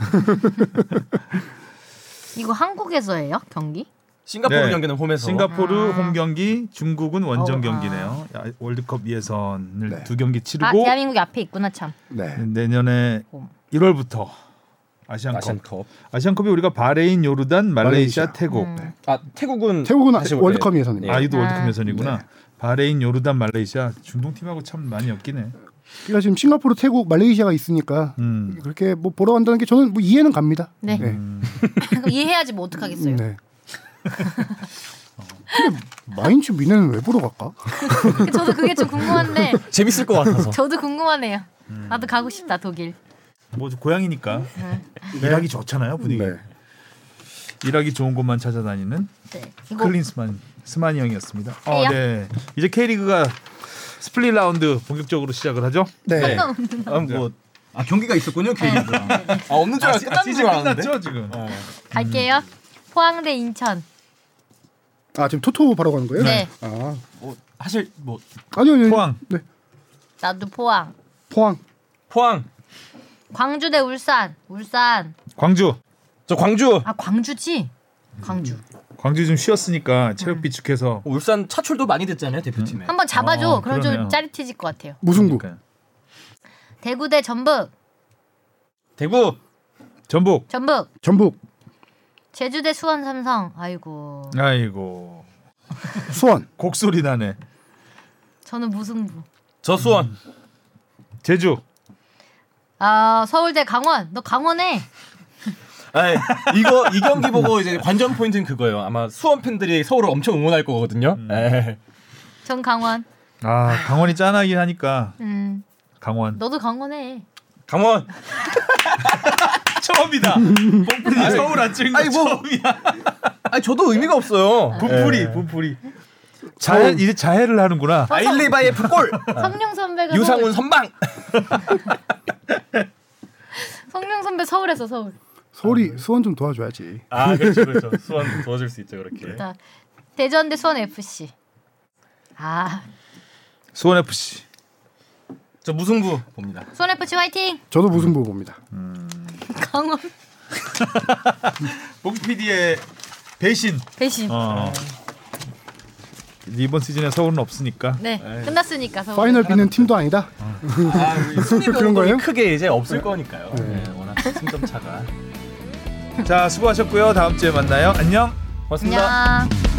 S1: 이거 한국에서 해요 경기?
S5: 싱가포르
S2: 네.
S5: 경기는 홈에서.
S2: 싱가포르
S1: 아.
S2: 홈 경기, 중국은 원정
S1: 어, 아.
S2: 경기네요. 야, 월드컵 예선을
S4: 네.
S2: 두 경기
S1: 아
S2: 치르고
S1: 대한민국이 앞에 있구나 참.
S4: 네.
S2: 내년에
S1: 홈.
S2: 1월부터 아시안컵.
S5: 아시안컵.
S2: 아시안... 컵이 우리가 바레인, 요르단, 말레이시아,
S4: 말레이시아.
S2: 태국.
S1: 음.
S5: 아 태국은
S4: 태국은
S5: 다시 네. 올해-
S4: 월드컵 예선입니다.
S2: 아, 이도
S1: 아.
S2: 월드컵 예선이구나. 바레인, 요르단, 말레이시아 중동 팀하고 참 많이 엮이네.
S4: 그러니까 지금 싱가포르, 태국, 말레이시아가 있으니까
S2: 음.
S4: 그렇게 뭐 보러 간다는 게 저는 뭐 이해는 갑니다.
S1: 네.
S4: 네.
S1: [LAUGHS] 그럼 이해해야지 뭐 어떡하겠어요.
S4: 네. 근데 마인츠 미네는 왜 보러 갈까?
S1: 저도 그게 좀 궁금한데
S5: 재밌을 것 같아서.
S1: 저도 궁금하네요.
S2: 음.
S1: 나도 가고 싶다 독일.
S2: 뭐 고향이니까
S1: 네.
S2: 이락이 좋잖아요 분위기.
S4: 네.
S3: 네.
S2: 이락이 좋은 곳만 찾아다니는
S1: 네. 이거
S2: 클린스만 스만이 형이었습니다.
S1: 해요?
S2: 어, 네. 이제 K리그가 스플릿 라운드 본격적으로 시작을 하죠.
S5: 네. 아,
S2: 뭐-
S3: [LAUGHS] 아 경기가 있었군요 케이가. 아 없는 줄 알고 끝난 줄 알았는데. 어.
S2: 끝났죠 지금.
S1: 갈게요. 포항대 인천.
S4: 아 지금 토토 바로 가는 거예요?
S1: 네.
S4: 아
S5: 뭐 사실 뭐
S4: 아니요, 아니요.
S2: 포항.
S4: 네.
S1: 나도 포항.
S4: 포항.
S5: 포항.
S1: 광주 대 울산. 울산.
S2: 광주.
S5: 저 광주.
S1: 아 광주지? 광주.
S2: 음. 광주 좀 쉬었으니까
S1: 음.
S2: 체력 비축해서
S5: 울산 차출도 많이 됐잖아요 대표팀에.
S3: 음.
S1: 한번 잡아줘.
S2: 어,
S1: 그럼
S2: 그러네요.
S1: 좀 짜릿해질 것 같아요.
S4: 무승부.
S2: 그러니까요.
S1: 대구 대 전북.
S5: 대구
S2: 전북.
S1: 전북.
S4: 전북,
S1: 제주 대 수원 삼성. 아이고.
S2: 아이고
S4: 수원,
S2: 곡소리 나네.
S1: 저는 무승부.
S5: 저수원
S2: 제주.
S1: 아 서울 대 강원. 너 강원해.
S5: 아니, 이거 이 경기 보고 이제 관전 포인트는 그거예요. 아마 수원 팬들이 서울을 엄청 응원할 거거든요. 예. 에.
S1: 전 강원.
S2: 아 강원이 짠하긴 하니까
S1: 음.
S2: 강원.
S1: 너도 강원해.
S5: 강원.
S2: 처음이다. 뽕풀이 서울 안 찍은 거
S5: 아니, 뭐.
S2: 처음이야.
S5: 아 저도 의미가 없어요. 예.
S2: 분풀이 분풀이. 네. 어. 자해 이제 자해를 하는구나.
S4: [LAUGHS]
S5: 아일리바이프 골.
S1: 성룡 선배가
S5: 유상훈 선방.
S1: 서울. 성룡 선배 서울에서 서울.
S4: 서울이 수원 좀 도와줘야지.
S5: 아 그렇죠 그렇죠. 수원 도와줄 수 있죠 그렇게.
S1: 자, 대전 대 수원 FC. 아
S2: 수원 FC.
S5: 저 무승부 봅니다.
S1: 수원 FC 화이팅. [LAUGHS]
S2: 아.
S4: 저도 무승부 봅니다.
S1: 강원
S2: 봉 PD의 배신.
S1: 배신.
S2: 어. 이번 시즌에 서울은 없으니까.
S1: 네 끝났으니까 서울.
S4: 파이널 비는 팀도 아니다.
S5: 아, 승리
S4: 그런 거예요?
S5: 크게 이제 없을 거니까요. 네, 워낙 승점 차가.
S2: 자 수고하셨고요. 다음 주에 만나요. 안녕.
S5: 고맙습니다.
S1: 안녕.